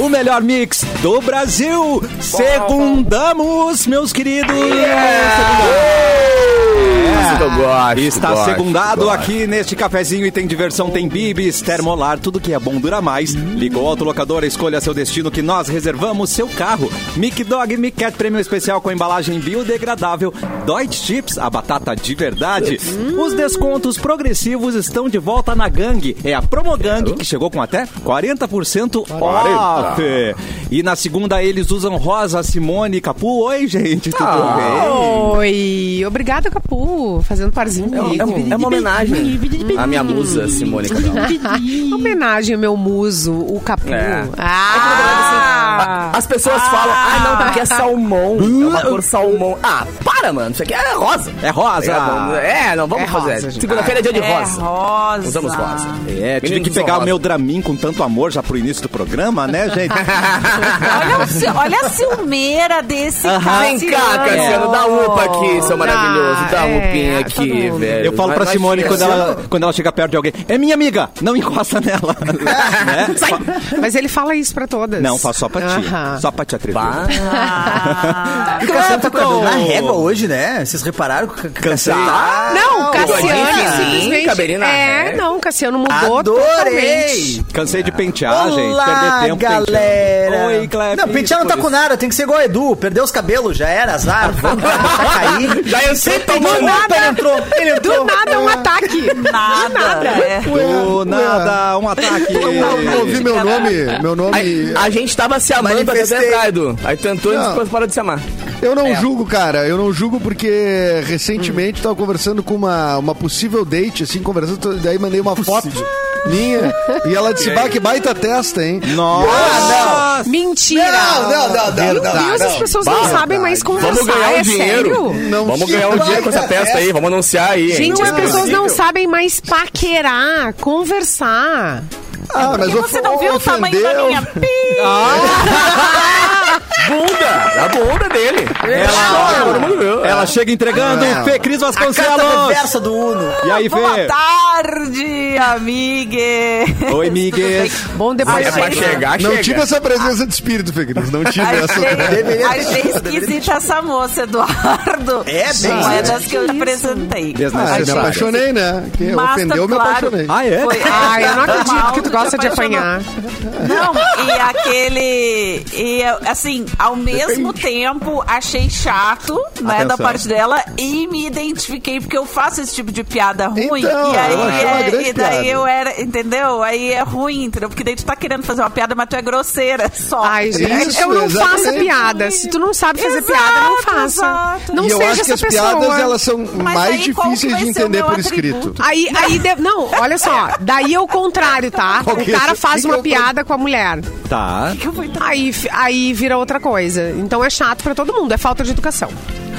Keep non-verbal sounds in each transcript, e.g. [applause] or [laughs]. O melhor mix do Brasil. Segundamos, meus queridos. É, Isso que eu gosto, Está gosto, segundado gosto. aqui neste cafezinho e tem diversão, tem bibis, termolar, tudo que é bom dura mais. Ligou o autolocador, escolha seu destino que nós reservamos seu carro. Mic Dog, Mic Cat Prêmio Especial com embalagem biodegradável. Deutsche Chips, a batata de verdade. Os descontos progressivos estão de volta na gangue. É a Promogang que chegou com até 40% off. E na segunda eles usam Rosa, Simone, Capu. Oi, gente, tudo bem? Oi, obrigada, Capu, fazendo parzinho comigo. É, um- é uma homenagem à minha musa, Simone Cabral. Uma [laughs] homenagem ao meu muso, o Capu. É. [laughs] Ah! As pessoas falam, ah, não, porque é salmão. É uma cor salmão. Ah, para, mano. Isso aqui é rosa. É rosa. né? É, não, vamos É fazer. rosa, gente. Segunda-feira é dia de É rosa. rosa. Usamos rosa. É, tive Meninos que usam pegar o rosa. meu Dramin com tanto amor já pro início do programa, [laughs] né, gente? Olha, o ci- olha a ciumeira desse Aham. Cassiano. Vem cá, Cassiano, dá um upa aqui, seu maravilhoso. Dá Ah, um upinha é, todo aqui, mundo. velho. Eu falo Vai- pra vai Simone quando Cassiano. assim. ela, quando ela chega perto de alguém, é minha amiga, não encosta nela. [laughs] [laughs] Né? Fa- Mas ele fala isso pra todas. Não, faço só pra ti. Aham. Só pra te atrever. [laughs] Bah. E o Cassiano tá com Clapton. a régua hoje, né? Vocês repararam que o Cansei. Cassiano tá... Não, Gordinho, Cassiano sim, simplesmente. cabelinho na é, ré. não, Cassiano mudou Adorei! totalmente. Cansei de Ah, pentear, gente. Olá, Perder um tempo penteando. galera! Oi, Cleber. Não, pentear não tá com nada, tem que ser igual o Edu. Perdeu os cabelos, já era, [laughs] azar. Vamos pra cair. Já entrou tá Do tomando. nada, ele entrou, ele Do entrou. nada um ataque. Nada. é. Do nada, um [laughs] ataque. Eu não ouvi meu nome, meu nome. A, a gente tava se amando pra ter Manifestei. tentado. Aí tentou e Não. depois parou de se amar. Eu é. não julgo, cara. Eu não julgo porque recentemente tava conversando com uma, uma possível date, assim, conversando, tô- daí mandei uma foto minha. E ela disse, bah, que baita testa, hein? Nossa! Mentira. não, não, não, Meu Deus, as pessoas não sabem mais conversar. Vamos ganhar é um dinheiro. sério? Não Vamos se ganhar um vai dinheiro com essa dar é. festa aí. Vamos anunciar aí. hein? Gente, as Não é pessoas possível. não sabem mais paquerar, conversar. Ah, mas E você não viu o tamanho da minha pi? bunda. A bunda dele. Ela- Todo mundo viu. Ela chega entregando, Ah. Fê Cris A carta Vasconcelos. reversa do Uno. E aí, Boa Fê? tarde, amigue. Oi, migues. Bom, depois É pra gente- Ah, chegar, Não chega. tive essa presença de espírito, Fê Cris. Não tive essa. Ah, Achei, Deveria ter achei tido, deveria ter esquisita essa moça, Eduardo. É, Não bem é esquisita. das que eu te apresentei. Ah, eu me Desnecessário. apaixonei, né? Quem Mas, ofendeu, eu me claro. apaixonei. Ah, é? Foi- Ah, eu não acredito normal, que tu te gosta de apaixonou. apanhar. Não, e aquele. E assim, ao mesmo tempo, achei chato, né, da Atenção. parte dela, e me identifiquei, porque eu faço esse tipo de piada ruim. Então, e aí eu achei uma é- grande e daí piada. eu era, entendeu? Aí é ruim, entendeu? Porque daí tu tá querendo fazer uma piada, mas tu é grosseira só. Ai, gente, Isso, então não faça exatamente. piada. Se tu não sabe fazer Exato, piada, não faça. exato. Não e eu seja acho que as essa pessoa. piadas, elas são Mas mais aí, qual que difíceis vai de ser o entender meu por atributo? escrito. Aí, aí de- não, olha só, daí é o contrário, [laughs] tá? Qual O que é? cara faz Que uma que eu- piada com a mulher, Tá. aí, fi- aí vira outra coisa. Então é chato pra todo mundo, é falta de educação.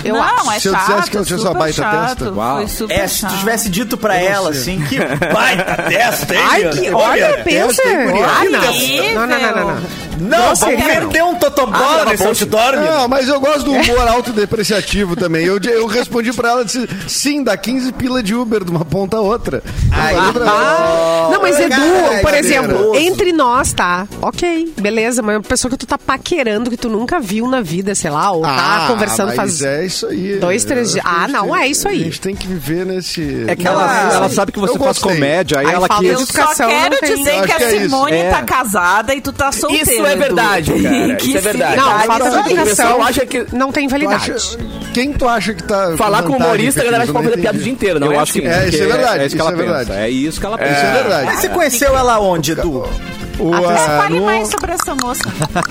Eu não, acho. é Se eu chato. dissesse que eu tinha sua super baita chato, testa, uau. Foi super É, se tu chato. tivesse dito pra ela, assim, que [laughs] baita testa, hein? Ai, meu? que olha, pensa. tem guria. Ah, Horrível. não. Não, não, não, não, não. Não, vamos meter um Ah, totobola nesse outdoor, meu. Não, mas eu gosto do humor autodepreciativo também. Eu, eu respondi pra ela, disse, sim, dá 15 pila de Uber de uma ponta a outra. Ai, Eu falei pra ela, Não, mas Edu, Cara, por é exemplo, generoso. entre nós, tá? Ok, beleza, mas uma pessoa que tu tá paquerando, que tu nunca viu na vida, sei lá, ou tá "Ah, conversando mas faz. é isso aí. dois, três dias. Eu acho que Ah, a gente não, tem- é isso aí. A gente tem que viver nesse... É que ela, Ah, ela sabe que você eu faz gostei. comédia, aí Aí ela fala, quis eu Só Educação quero não tem- dizer Acho que a que é isso. Simone É. tá casada e tu tá solteiro. Isso é verdade, cara. Que Isso é se verdade. Não, liga, falta de isso aí. educação Eu acho que- não tem Tu validade. acha- Quem tu acha que tá... Falar com o vantagem, humorista, a galera acha Fê que Cris? Eu pode fazer piada o dia não entendi. inteiro, não eu é acho assim. Ah, que É, isso é porque verdade, É isso que ela isso é pensa. verdade. É isso que ela pensa. Isso é Mas verdade. você conheceu ela onde, Edu? O, ah, Fale no- mais sobre essa moça.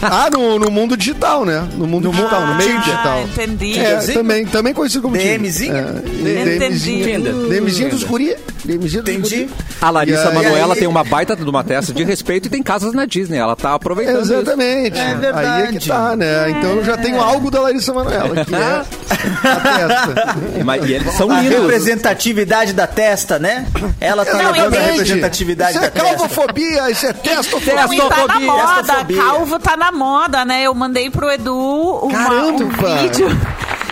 Ah, no, no mundo digital, né? No mundo digital, no meio Ah, digital. entendi. É, DMzinho? também, também conhecido como Tinder. DMzinho? É, Entendi. DMzinho. Tinder. DMzinho dos guri. DMzinho dos Entendi. guri. A Larissa É, E aí- Manoela e aí- tem uma baita de uma testa de respeito e tem casas na Disney. Ela tá aproveitando isso. Exatamente. É verdade. Aí é que tá, né? Então eu já tenho algo da Larissa Manoela, [laughs] que é Ah. a testa. Mas- E eles são Ah, A lindos. representatividade da testa, né? Ela tá Não, levando a entendi. representatividade Isso da é testa. calvofobia, isso é Não, e testofobia. tá na Estofobia, moda, estofobia. calvo tá na moda, né? Eu mandei pro Edu uma, Caramba, um pá. vídeo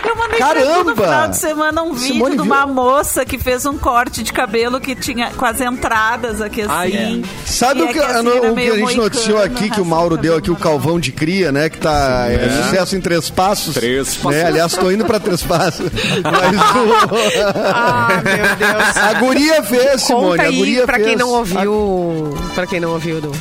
Eu mandei pra tu no Caramba! final de semana um vídeo Simone de viu? uma moça que fez um corte de cabelo que tinha com as entradas aqui assim. Ai, Sabe E o é que, assim, no- era o que meio assim, a gente moicano, noticiou né? aqui, que o raspando Mauro deu cabelo aqui o normal. Calvão de Cria, né? Que tá é, sucesso em Três Passos. Três Passos. Né? Aliás, tô indo pra [laughs] Três Passos. Mas o... Ah, meu Deus. A guria fez, Simone. Conta a aí guria pra fez. quem não ouviu. Pra quem não ouviu do.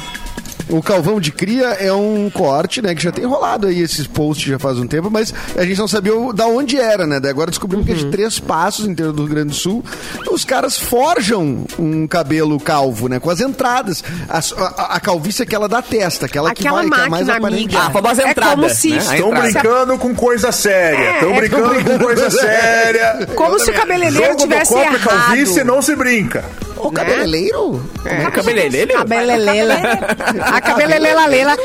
O Calvão de Cria é um corte, né? Que já tem rolado aí esses posts já faz um tempo, mas a gente não sabia o- da onde era, né? Daí agora descobrimos que é de três passos inteiro do Rio Grande do Sul. Então, Os caras forjam um cabelo calvo, né? Com as entradas. A, a, a calvície é aquela da testa, aquela, Aquela que vai, que é mais máquina aparente. amiga. Ah, a famosa é entrada, como se. né? A Estão entrada. brincando com coisa séria. Estão é, brincando com coisa séria. Como se o cabeleireiro Jogo do tivesse Copa e Calvície errado. não se brinca. Ah, O cabeleireiro? É cabeleireiro? Cabelelela. A cabelelela lela.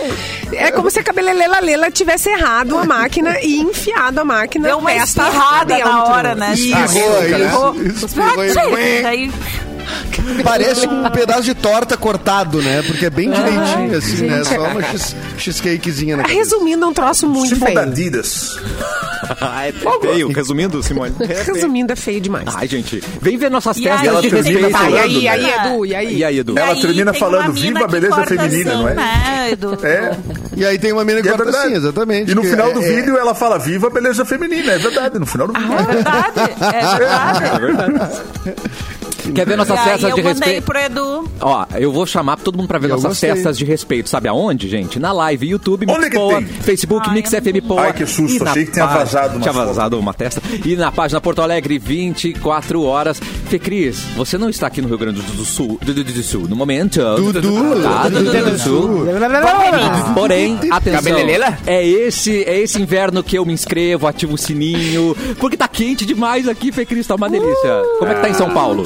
É como se a cabelelela lela tivesse errado a máquina e enfiado a máquina. Deu uma testa espirrada dentro. na hora, né? Isso, Espirrou. isso, espirrou e- Espirrou. Daí Parece um pedaço de torta cortado, né? Porque é bem direitinho, assim, né? gente. Só uma cheese- cheesecakezinha [laughs] na cabeça. Resumindo, é um troço muito Tipo da feio. Adidas. Ah, é feio. Resumindo, [laughs] Simone. É feio. Resumindo, é feio demais. Ai, gente. Vem ver nossas E testas. aí, de termina respeito. Tá, e aí, falando, e aí, né? Edu, e aí? E aí, Edu? Ela daí termina tem falando, uma mina "Viva a que beleza corta feminina", assim, não é? né, Edu? É. E aí tem uma mina E que é corta verdade. assim, exatamente. E no que final é- do é- vídeo ela fala, viva a beleza feminina. É verdade, no final do vídeo. É verdade, é verdade. [laughs] É [laughs] verdade. Quer ver E nossas aí festas eu de mandei respeito? pro Edu. Ó, eu vou chamar todo mundo pra ver Eu nossas gostei. festas de respeito. Sabe aonde, gente? Na live, YouTube, Mix Onde que Poa, tem? Facebook, Ai, Mix eu não- FM Poa. Ai, que susto, e na achei que tinha pá- vazado uma Tinha foto. vazado uma testa. E na página Porto Alegre, 24 horas. Fê Cris, você não está aqui no Rio Grande do Sul, do, do, do- do Sul no momento. Dudu. Tá, do, do, do, do Sul. Porém, atenção. Cabelelela? É esse, é esse inverno que eu me inscrevo, ativo o sininho. Porque tá quente demais aqui, Fê Cris, tá uma delícia. Como é que tá em São Paulo?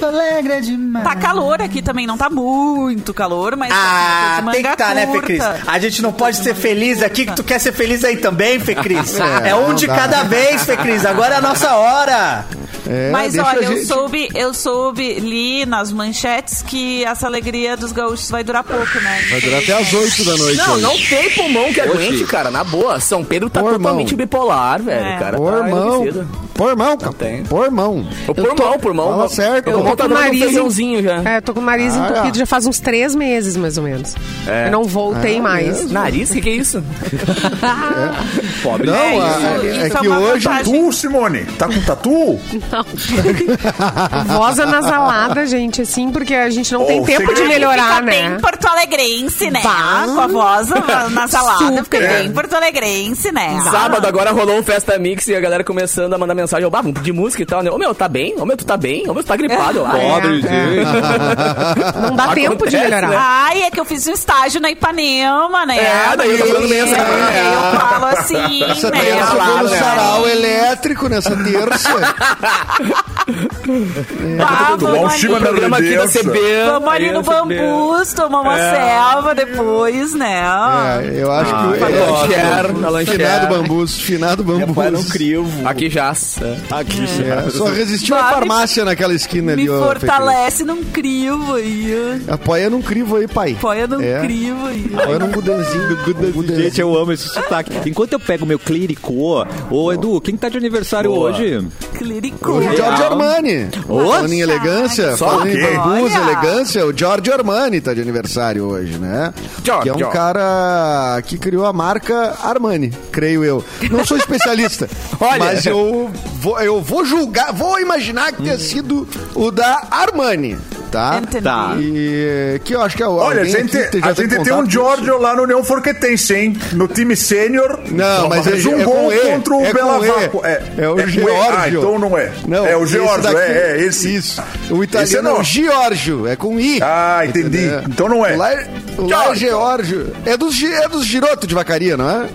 Tá calor aqui também, não tá muito calor, mas Ah, tá de tem que manga estar, né, Fê curta. Cris? A gente não pode ser feliz aqui, que tu quer ser feliz aí também, Fê Cris. É, É, um não de dá. cada vez, Fê Cris. Agora é a nossa hora. Ah, é, Mas deixa a olha, eu gente- soube, eu soube, li nas manchetes que essa alegria dos gaúchos vai durar pouco, né? Vai durar até as 8 da noite. Não, hoje. não tem pulmão que aguente, Oxi. cara. Na boa. São Pedro tá Pô, irmão. totalmente bipolar, velho. É. O cara Pô, tá irmão. enlouquecido. Pô, irmão, cara. tem. Pô, irmão. O pulmão, pulmão. Fala certo, O pulmão pô. tá dando um feijãozinho já. É, eu tô com o nariz Ah. entupido já faz uns três meses, mais ou menos. Eu não voltei mais. Nariz? O que, que é isso? Pobre. Não, É, a- isso- é, é isso é que uma hoje. vantagem. Tu, Simone, tá com tatu? Voz anasalada, gente, assim, porque a gente não Oh, tem tempo de segredo. melhorar, Fica tá bem né? porto alegrense, né? Bah. Com a voz [laughs] na- na salada, Super. fica bem porto alegrense, né? Sábado agora rolou um Festa Mix e a galera começando a mandar mensagem. Ô, bah, vamos pedir música e tal, né? Ô, meu, tá bem? Ô, meu, tu tá bem? Ô, meu, tu tá gripado lá. Pobre, É, gente. Não dá tempo de Acontece, melhorar. né? Ai, é que eu fiz um estágio na Ipanema, né? É, daí eu tô mandando mensagem. É, Eu falo assim, [laughs] Essa é né? terça eu vou no né? sarau elétrico nessa terça. é Ah, Lá o vamos Chiba O ali, da programa aqui da Grandeza. CB. vamos ali no bambus, tomar uma selva depois, né? É, eu acho que o Na lancher, na é, finado lancher. bambus, finado É, bambus. um crivo. Aqui já. Aqui, É, só resistiu a Vale- farmácia naquela esquina Me ali, ó. Fê Cris. fortalece num crivo aí. ó. Apoia num crivo aí, pai. Apoia num É. crivo aí. Apoia num gudanzinho. Um gudanzinho. Gente, eu amo esse sotaque. Enquanto eu pego meu clírico, ô, ô Edu, quem tá de aniversário Boa. hoje? Clírico. O Giorgio Armani. Falando em Nossa, elegância, que falando em chique. bambus, Olha. elegância, o Giorgio Armani tá de aniversário hoje, né? Giorgio. Que é um cara que criou a marca Armani, creio eu. Não sou [laughs] especialista, Olha. mas eu vou, eu vou julgar, vou imaginar que tenha sido o da Armani, tá? Entendi. Tá. E que eu acho que é o Olha, a alguém gente, aqui a já gente tem contato com um isso. Giorgio lá no União Forquetense, hein? No time sênior. Não, mas fez é- um é gol com E, contra o é com Bela E. Vaco. É o com E. Ah, Giorgio. então não é. Não, é o esse Giorgio, daqui- é, é esse. Isso. O Esse italiano é não. o Giorgio, é com I. Ah, entendi. Entendeu? Então não é. O lá, é- o lá é Giorgio. É dos, gi- é dos Giroto de Vacaria, não é?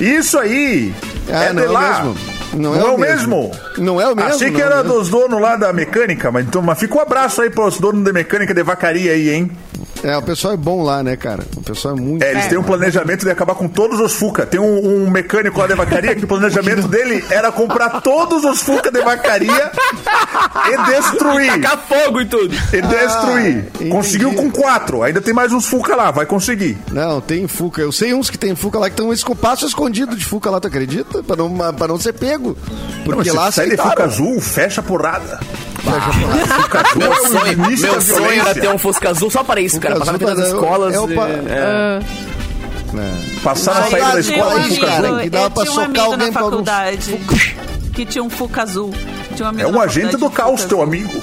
Isso aí. Ah, é não de é o lá. mesmo. Não, é o mesmo. Não é o mesmo, Achei que não é o era mesmo. dos donos lá da mecânica, mas, então, mas fica um abraço aí pros donos da mecânica de vacaria aí, hein? É, o pessoal é bom lá, né, cara? O pessoal é muito. É, eles têm um planejamento de acabar com todos os Fuca. Tem um, um mecânico lá de vacaria que o planejamento dele era comprar todos os Fuca de vacaria e destruir. Tacar fogo e tudo. E destruir. entendi. Conseguiu com quatro. Ainda tem mais uns Fuca lá, vai conseguir. Não, tem Fuca. Eu sei uns que tem Fuca lá que estão escopaço escondido de Fuca lá, tu acredita? Pra não, pra não ser pego. Porque Não, lá se sai de Fuca aceitaram. azul, fecha a porrada. Fuca Meu azul é o sonho, início da meu sonho era ter violência. um Fusca Azul só para isso, Fuca cara. Passar na azul frente das tá- escolas. é o pa- e- Passar na saída da um Saudade, escola com mano. Fuca azul. cara, é né? que dava eu pra tinha um socar amigo alguém na pra algum- faculdade que tinha um Fuca azul. Tinha um amigo É na um agente faculdade do de caos, Fuca teu azul. amigo.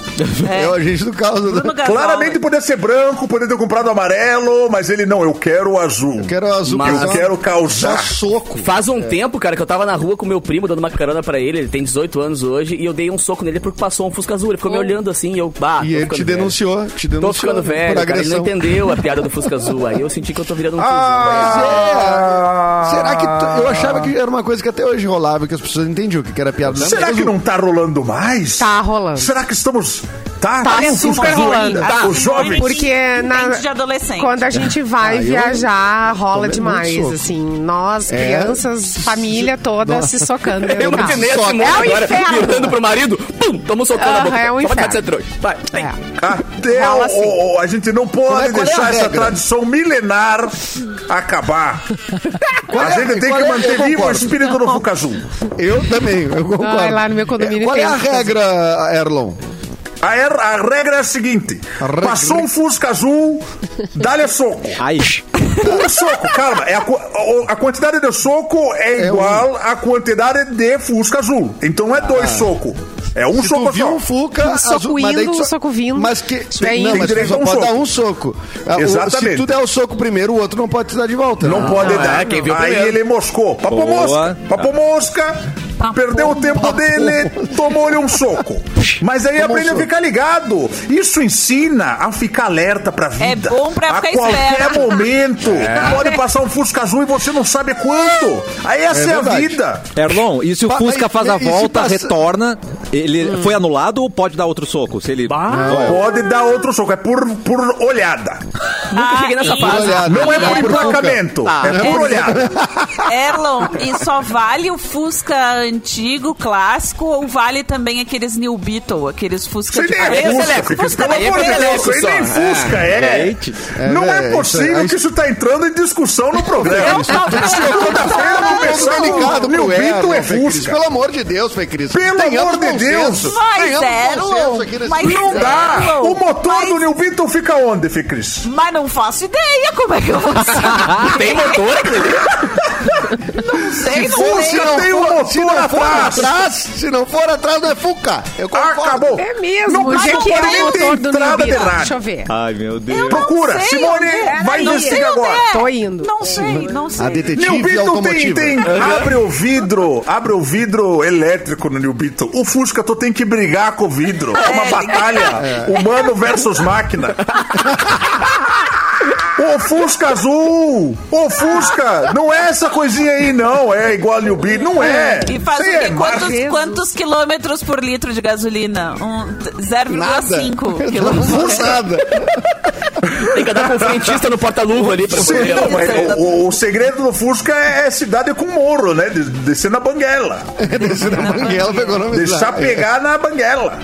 É. o agente do caos. né? Bruno Gasola. Claramente podia ser branco, podia ter comprado amarelo, mas ele não, eu quero o azul. Quero azul. Mas- mas Eu só- quero causar. Só soco. Faz um É. tempo, cara, que eu tava na rua com meu primo, dando uma carona pra ele, ele tem 18 anos hoje, e eu dei um soco nele porque passou um Fusca Azul. Ele ficou me olhando assim, e eu, ah, E bah, tô ele ficando te velho. denunciou, te Tô denunciou. ficando velho, por cara, ele não agressão. entendeu a piada do Fusca Azul. Aí eu senti que eu tô virando um Mas ah, é, Ah. será que tu- eu achava que era uma coisa que até hoje rolava que as pessoas entendiam que era piada. é Será Mas que o- não tá rolando mais? Tá rolando. Será que estamos. Tá, Tá Tem um super Fusca azul rolando. ainda. Tá. Os jovens. Porque é na- Entende de adolescente. Quando [laughs] a gente vai Ah, eu- viajar, rola Tomei muito demais, soco. assim. Nós, crianças, família toda Nossa. se socando. dentro Eu do carro. imaginei esse Soco. moço É o agora inferno. virando pro marido, pum, toma um socão na Aham, boca. é um Só pra inferno. ser trouxa. Vai, vem. É. Até Rola o- assim. o- a gente não Qual pode é- qual é deixar a essa regra? tradição milenar acabar. Qual a é- gente tem qual que é- eu manter vivo o concordo. espírito do Fuca Azul. Eu também, eu concordo. Ai, lá no meu condomínio É, Qual é tem a isso. regra, Erlon? A, er- a regra é a seguinte: A regra- passou um Fusca Azul, dá-lhe soco. Ai, Um soco, calma. É a, qu- o- a quantidade de soco é É igual à quantidade de Fusca Azul. Então não é dois socos. É um Ah. Se soco tu viu só. um Fuca, Um soco azul- mas daí indo, tu um soco vindo. Mas que Se tiver não, indo. mas tu Tem só direito a um pode dar soco. um soco. Ah, o- Exatamente. Se tu der o soco primeiro, o outro não pode te dar de volta. Não né? pode não, dar. é, quem viu Aí primeiro. ele moscou. Papo Boa. mosca. Ah. Papo mosca. Perdeu o tempo dele, tomou-lhe um soco. Mas aí Tomou um aprende a soco. ficar ligado. Isso ensina a ficar alerta pra vida. É bom pra a ficar qualquer esperto. momento. Pode passar um Fusca azul e você não sabe quanto. Aí essa é, É a verdade. vida. Erlon, e se o Pa- Fusca mas- faz é a e se volta, passa- retorna, ele Hum. foi anulado ou pode dar outro soco? Se ele... Pode dar outro soco. É por, por olhada. Nunca cheguei nessa Ah, e- fase. olhada. Não é por Olhada. emplacamento. É É. [laughs] por olhada. Erlon, e só vale o Fusca antigo, clássico, ou vale também aqueles New Beetle, aqueles Fusca Isso de nem é parede? Fusca, elétrico, porque, Fusca pelo é amor de elétrico Deus, isso aí nem só. Fusca, é. Gente, Não é, é isso possível aí. que isso tá entrando em discussão no programa. é Segunda-feira começar Delicado com pro New Beetle Erlon, é Fê Cris. Fusca. Pelo amor de Deus, Fê Cris. Pelo Tenhamos amor de bom Deus. senso. Mas Tenhamos bom senso aqui Erlon, nesse mas Não dá! Erlon, O motor mas- do New Beetle fica onde, Fê Cris? Mas não faço ideia como é que eu [laughs] vou saber. Tem motor aqui Não sei, não sei. Fusca tem um Se motor não for atrás! atrás, se não for atrás, não é Fuca. Eu concordo. Acabou! É mesmo, Não o que, precisa que é nem o ter motor do New entrada de Beetle? rádio. Deixa eu ver. Ai, meu Deus. Procura, Não sei Simone, onde é. vai Peraí, não sei investigar onde agora. é. Tô indo. Não sei, não sei. A New detetive Beetle tem, automotiva. tem. Abre o vidro, abre o vidro elétrico no New Beetle. O Fusca, tu tem que brigar com o vidro. É uma [laughs] É. batalha humano versus máquina. O Fusca azul! O Fusca! Não é essa coisinha aí, não. É igual ao New Beetle. Não é. E faz o Isso aí quê? é marca. quantos, quantos quilômetros por litro de gasolina? Um, t- 0,5 Não quilômetros. for nada. [laughs] Tem que andar com o frentista no porta-luva ali pra Sim, poder. não, mas o, o- o segredo do Fusca é cidade com morro, né? De- Descer na banguela. Descer na banguela pra economizar. Deixar é. pegar na banguela.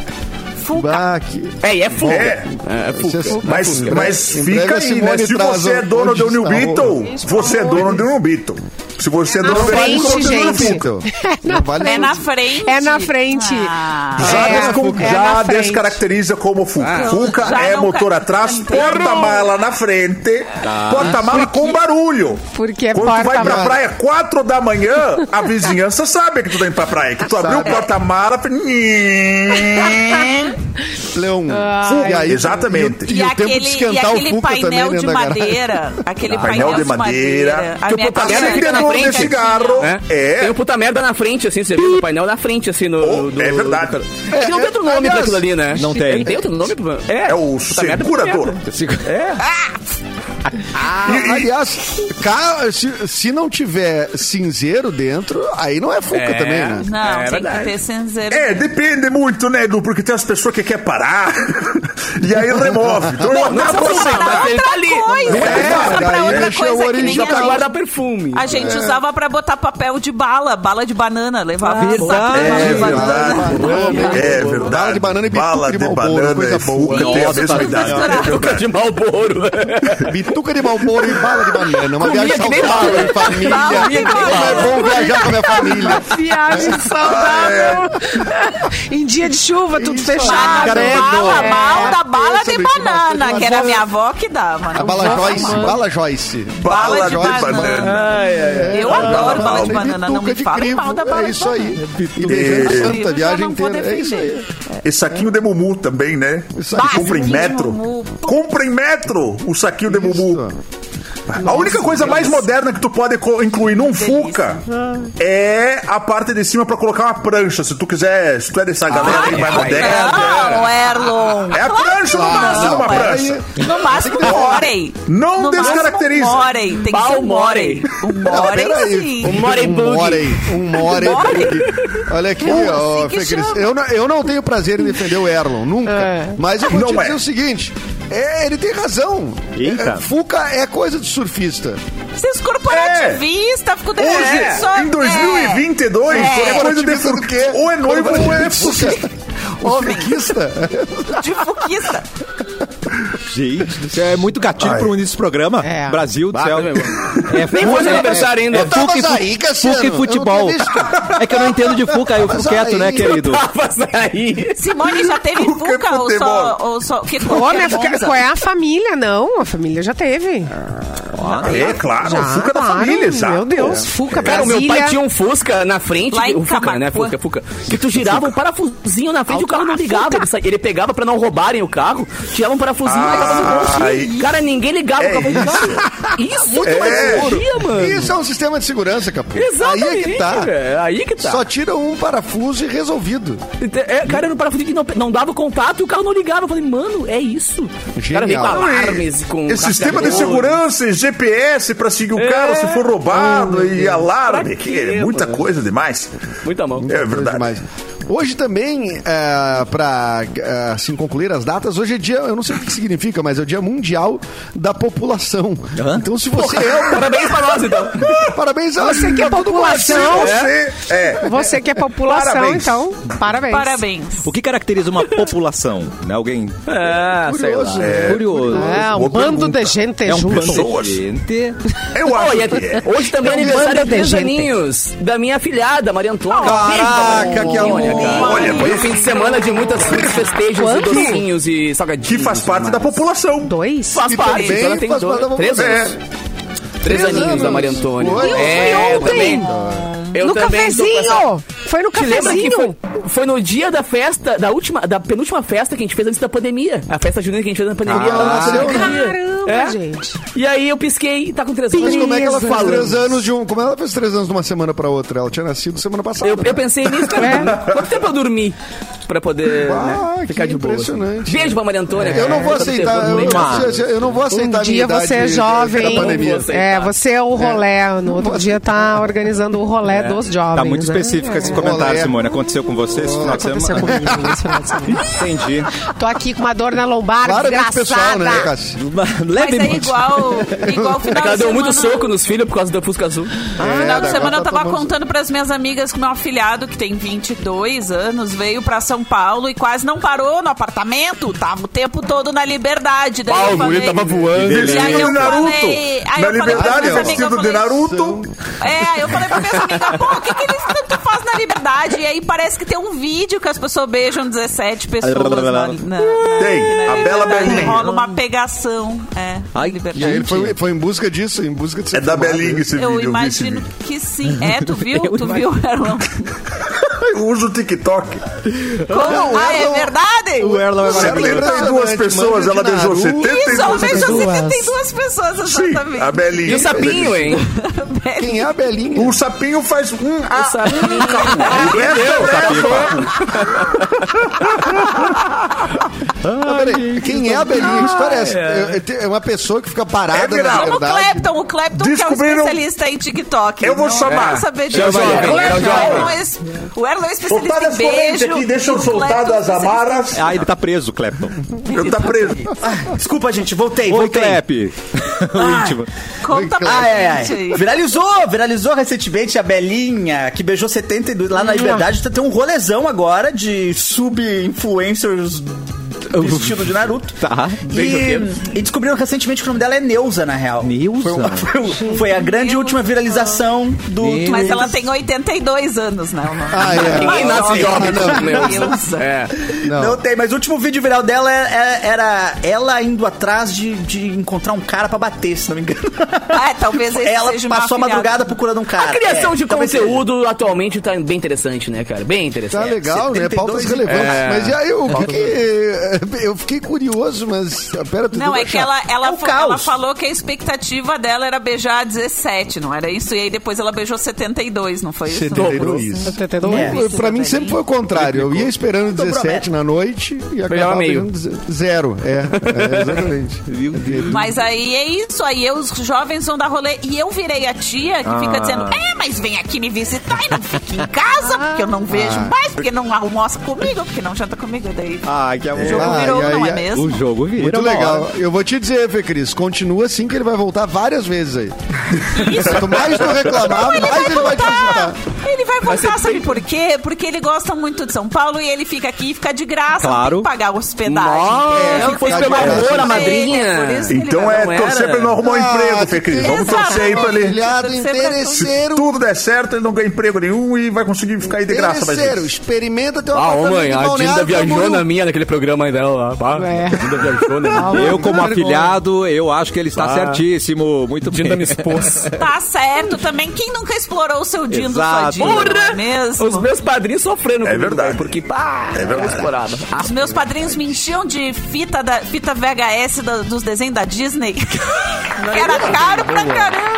Bah, que- É, e é fogo. É. É, é Fuca. Isso é- Mas, Em breve- mas em breve fica a aí, Simone né? Se traz um você é onde dono do está New o- Beetle, você é dono do New Beetle. Se você é na dono do frente, New Beetle, gente. você é dono do Beetle. Então, não vale um É na frente. É na frente. Ah. Já, É, descon- Fuca. já É na frente. Ah. descaracteriza como Fuca. Fuca Já é não motor ca- atrás, não Tá. tem. porta-mala na frente, porta-mala com barulho. Porque é Quando tu vai pra porta-mala. praia 4 da manhã, a vizinhança sabe que tu tá indo pra praia. Que tu abriu o porta-mala... Leão. Ai. E aí, Exatamente. E, E o tempo de aquele, e esquentar o aquele Fuca também painel dentro de da garagem. madeira. Aquele Painel painel de de madeira. madeira. Que o minha puta casa merda era fica na toda frente. cigarro. É. É. Tem um puta merda na frente, assim, você viu o painel na frente, assim, no. Oh, é verdade. do- É que não tem outro nome aliás, pra aquilo ali, né? não tem. Não tem outro nome pra. É o puta merda, puta segurador. merda. É. E- Ah, aliás, ca- se, se não tiver cinzeiro dentro, aí não é fuca É. também, né? Não, É tem verdade. que ter cinzeiro. [laughs] É, depende muito, né, Edu? Porque tem as pessoas que querem parar [laughs] e aí remove. Então eu acabo Não assim, precisa usando. separar, ele tá ali. Coisa, usa pra daí outra deixa o coisa que nem original Dá a pra gente. guardar perfume. A gente usava pra botar papel de bala, bala de banana, levava Ah, saco de bala de verdade. banana. É verdade. Bala de banana e Bala bituca de de malboro, banana coisa e boa. fuca tem a Nossa, mesma tá idade. misturado. é verdade. de malboro. Bituca de malboro e bala de banana. Uma viagem que nem saudável Bala em família. que nem Como é bom viajar com a minha família. Viagem saudável. [laughs] em dia de chuva, tudo Bala, fechado. né? Credo. bala, bala da bala de sobre isso, banana, bastante, que era mas minha bala- avó que dava. A bala Joyce, bala Joyce. Bala de banana. banana. Eu adoro bala de banana, não bituca me de fala mal da bala É de isso banana. aí. E beijando É. a santa, a viagem Eu não vou inteira. É isso defender. aí. E saquinho de mumu também, né? saquinho Compra em de metro. mumu. Compra em metro o saquinho de mumu. Isso. A única coisa mais moderna que tu pode co- incluir num Fuca é a parte de cima pra colocar uma prancha. Se tu quiser, se tu é dessa galera aí mais moderna. Não, Ah, Erlon. É a prancha, no Claro, máximo uma não, prancha. No máximo um morem. Não No máximo, descaracteriza. um Morem. Tem que ser um morem. Um morem, peraí. sim. é Morey Um Bug. Morey. Um Morey Morey? Bug. Olha aqui, ó, é assim que Fê Cris. chama. Eu, não- eu não tenho prazer em defender o Erlon, nunca. Mas eu vou Não te dizer é. o seguinte. é, ele tem razão. Eita. É, Fuca é coisa de surfista. Vocês corporativistas, ficam defendendo É, É, É. Hoje, só... em 2022, É. é coisa de Corporativista do fur- quê? Ou é noivo ou é Corporativista. fuca. O Homem. fuquista. [laughs] É, de fuquista. Gente, do céu, é muito gatilho Ai. pro início desse programa. É. Brasil do céu. É meu Nem foi Fuca, seu aniversário ainda. É Eu tava Fuca e, fu- aí, Cassiano. Fuca e Eu não futebol. tinha É que eu não entendo de Fuca, aí eu fico Mas quieto, né, aí- querido? Mas aí. Simone já [laughs] teve Qualquer fuca ou é futebol. só... Ou só que Ô, minha qualquer fica- coisa? qual é a família? Não, a família já teve. É, claro, Já, o Fuca da Ah, claro, família, sabe? Meu Deus, Fuca, Cara, o meu Brasília. pai tinha um Fusca na frente. Lá em o Fuca, Camacuã. né? Fusca, Fuca. Que tu girava um parafusinho na frente e o carro não ligava. Ele, sa- ele pegava pra não roubarem o carro, tirava um parafusinho Ah, e tava no bolso. aí- Cara, ninguém ligava o carro do carro. Isso, muito É. mais energia, mano. É Isso é um sistema de segurança, capô. Exatamente. Aí é que tá. velho. Aí que tá. Só tira um parafuso e resolvido. Ente- É, cara, era um parafusinho que não, não dava contato e o carro não ligava. Eu falei, mano, é isso. Cara, vem com Genial. alarmes, com É. Esse sistema de carregadores. segurança, e GPS pra seguir o cara se for roubado e alarme, Pra que quê, é muita mano? coisa demais. [laughs] Muita mão. É verdade. Demais. Hoje também, é, pra é, assim concluir as datas, hoje é dia, eu não sei o que significa, mas é o dia mundial da população. Então se você é Parabéns pra nós, [laughs] então. um- Parabéns a Você que é a todo mundo. Se população. você é. Você que é população, Parabéns. então, parabéns. Parabéns. O que caracteriza uma população? Né? Alguém É, sei lá. Curioso. curioso. É, um Boa bando de pergunta. gente É um junto. bando Pessoas. de gente. Eu Pô, acho e é- que é. hoje também é um Eu aniversário mando de três de gente. aninhos da minha filhada, Maria Antônia. Caraca, ah, que Olha, amor. cara. Olha, Foi um mas- fim de semana de muitas festejos e Quanto? docinhos e salgadinhos. Que faz parte da população. É, Dois? Faz E parte. também Ela tem faz dois, parte da É, três população. anos. Três aninhos da Maria Antônia. Foi. É, eu também. Eu no também tô com cafezinho! essa- Foi no Te lembra que cafezinho! foi, foi no dia da festa, da última, da penúltima festa que a gente fez antes da pandemia. A festa junina que a gente fez na pandemia. ela Ah, nasceu no dia. Caramba, É. gente. E aí eu pisquei e tá com três anos. Mas como é que ela fez Falando. três anos de um. Como ela fez três anos de uma semana pra outra? Ela tinha nascido semana passada. Eu, eu né? pensei nisso também. É. Quanto tempo eu dormi pra poder Ah, né, que ficar de boa? impressionante. Beijo pra Maria Antônia. Eu não vou Todo tempo aceitar. Eu, dormi. eu- eu não vou aceitar Um a minha dia tá idade você é da- jovem. Da pandemia. Não vou É, você é o rolé. No outro posso- dia tá organizando o rolé dos jovens. Tá muito né? específico esse Olha, comentário, é. Simone. Aconteceu com você esse final de Aconteceu semana? comigo nesse final [laughs] de semana. Entendi. Tô aqui com uma dor na lombar, Claramente pessoal, desgraçada. né, Cássio? Mas é Levemente. igual, igual o final Ela de deu semana. muito soco nos filhos por causa do [laughs] Fusca Azul. No É, final de agora Ah, semana eu tá tava tomando- contando pras minhas amigas que meu afilhado, que tem 22 anos, veio pra São Paulo e quase não parou no apartamento, tava o tempo todo na liberdade. Daí eu falei- voando. E aí eu Vestido de Naruto. falei- aí Na Ah, eu falei pra liberdade, minhas amigas, eu vestido de falei- Naruto. É, aí eu falei pra minhas amigas, pô, o que, que eles tanto fazem na liberdade? E aí parece que tem um vídeo que as pessoas beijam 17 pessoas. na, na- Tem. A Bela Daí Belinha. Rola uma pegação. É, Ai, E liberdade. aí ele foi, foi em busca disso, em busca de ser É da filmado. Belinha esse vídeo. Eu Eu vi esse imagino vídeo. que sim. É, tu viu? tu viu, Erlon? Eu uso o TikTok. Como? Ah, é Erlon- verdade? O Erlon é Você maravilhoso. lembra de duas impressionante, pessoas? mano, Ela de beijou Naruto. 70 Isso, eu vejo Duas. 72 pessoas, Sim, exatamente. a Belinha. E o sapinho, hein? Quem é a Belinha? O sapinho faz um. O Ah, sapinho. né? essa é a Não, peraí, quem é a Belinha? Isso parece. É, é uma pessoa que fica parada, É na viral. Como o verdade. Clapton, o Clapton que é um Descobriram- especialista em TikTok. Eu vou Não chamar. quero saber de Chama TikTok. ele, O ele é o Erlon jovem. é um es- O Erlon é especialista em Soltadas correntes beijo. aqui, e deixam o Clapton é soltadas as especialista- amarras. Ah, ele tá preso, Clepton. Eu tá preso. Ah, desculpa, gente, voltei, Oi, voltei. Clep. [laughs] o íntimo. Conta pra Ai, ai, ai. gente aí. Viralizou, viralizou recentemente a Belinha, que beijou 72 lá na Liberdade. Tá- Tem um rolezão agora de sub-influencers Uhum. vestido de Naruto. Tá, bem jogueiro. E, e descobriram recentemente que o nome dela é Neuza, na real. Foi, uma- Nilza. foi o- foi a grande Neuza. última viralização do Twitter. Mas ela tem 82 anos, né? o nome. Ah, é. Ninguém nasce jovem, não, meu. Neuza. É. Não. tem, mas o último vídeo viral dela é- é- era ela indo atrás de, de encontrar um cara pra bater, se não me engano. Ah, talvez esse ela seja uma passou a afilhada. madrugada procurando um cara. [laughs] A criação É, de talvez seja. conteúdo atualmente tá bem interessante, né, cara? Bem Tá interessante. legal, né? 72 Pautas relevantes. É. Mas e aí, o que que... [laughs] Eu fiquei curioso, mas... Pera, tu Não, é que ela, ela, É um fa- ela caos. falou que a expectativa dela era beijar 17, não era isso? E aí depois ela beijou 72, não foi isso? 72. É. Foi- Pra mim sempre foi o contrário. Eu ia esperando Então 17 na noite e acabava meio. beijando ze- zero. É, é, [laughs] exatamente. Mas aí é isso, aí eu, os jovens vão dar rolê e eu virei a tia que fica dizendo, é, mas vem aqui me visitar e não fique em casa, porque eu não vejo mais, porque não almoça comigo, porque não janta comigo, daí Ah, que amor. Ah, virou, e aí, não é é- mesmo? O jogo vira. Muito uma legal. hora. Eu vou te dizer, Fê Cris, continua assim que ele vai voltar várias [laughs] vezes aí. Quanto mais tu reclamar, Ele mais vai ele vai te voltar. ajudar. Tá, Ele vai voltar, sabe por quê? Porque ele gosta muito de São Paulo e ele fica aqui e fica de graça. Claro. Não tem que pagar hospedagem. Nossa, entendeu? se fosse Fica de pelo graça. amor à É, madrinha. é por isso que ele Então vai- é não era. torcer pra ele não arrumar um emprego, Ah, Fê Cris. que Vamos torcer aí pra ele. Humilhado, Sempre assim. Se interesseiro, tudo der certo, ele não ganha emprego nenhum e vai conseguir ficar aí de graça. Tá Mas... interesseiro. Experimenta teu Ah, ô, apartamento mãe, em a Dinda Balneário viajou Camboriú. na minha naquele programa dela lá. pá. É. A Dinda [laughs] viajou na minha. Eu, como vergonha. afilhado, eu acho que ele está certíssimo. Muito bem. [laughs] Dinda me expôs. Tá certo também. Quem nunca explorou o seu Dindo sua Exato. Dindo, não é Porra! mesmo? Os meus padrinhos sofrendo É comigo, verdade. velho, Porque, pá, é verdade. explorado. Ah, Os meus padrinhos me enchiam de fita, da, fita VHS da- dos desenhos da Disney. que era caro pra caramba.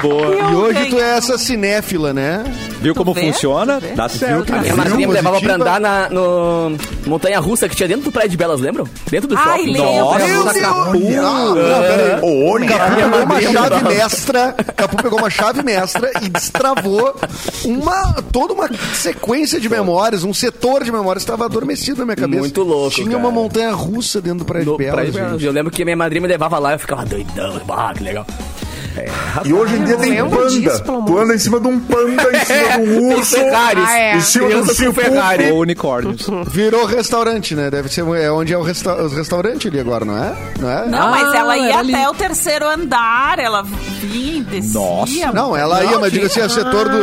Boa. eu E hoje tu ganhei. é essa cinéfila, né? Viu como vê? funciona? Dá certo. Né? [laughs] a minha Viu, madrinha me levava pra positiva? andar na no montanha russa que tinha dentro do prédio de Belas, lembram? Dentro do Ai, shopping. lembro. Nossa, Meu Deus. Não, não, peraí. Ah, Ô, ônibus. Capu minha pegou uma madrinha chave mandava. mestra, Capu pegou uma chave mestra e destravou uma, toda uma sequência de memórias, um setor de memórias que estava adormecido na minha cabeça. Muito louco, Tinha cara. uma montanha russa dentro do prédio No- Bela, pra- gente. eu lembro que minha madrinha me levava lá e eu ficava doidão. Ah, que legal. E hoje em dia tem lembro panda. disso, pelo amor Tu anda em cima de um panda, em cima de um urso. Ferraris. Ah, é. Em cima de um Criança com Cipup. Ferrari. Ou [laughs] unicórnios. Virou restaurante, né? Deve ser é onde é o, resta os restaurante ali agora, não é? Não, é? Não, mas Ah, ela ia era até ali. o terceiro andar, ela vinha e descia. Nossa. Não, ela ia, mas diga assim, é o setor do...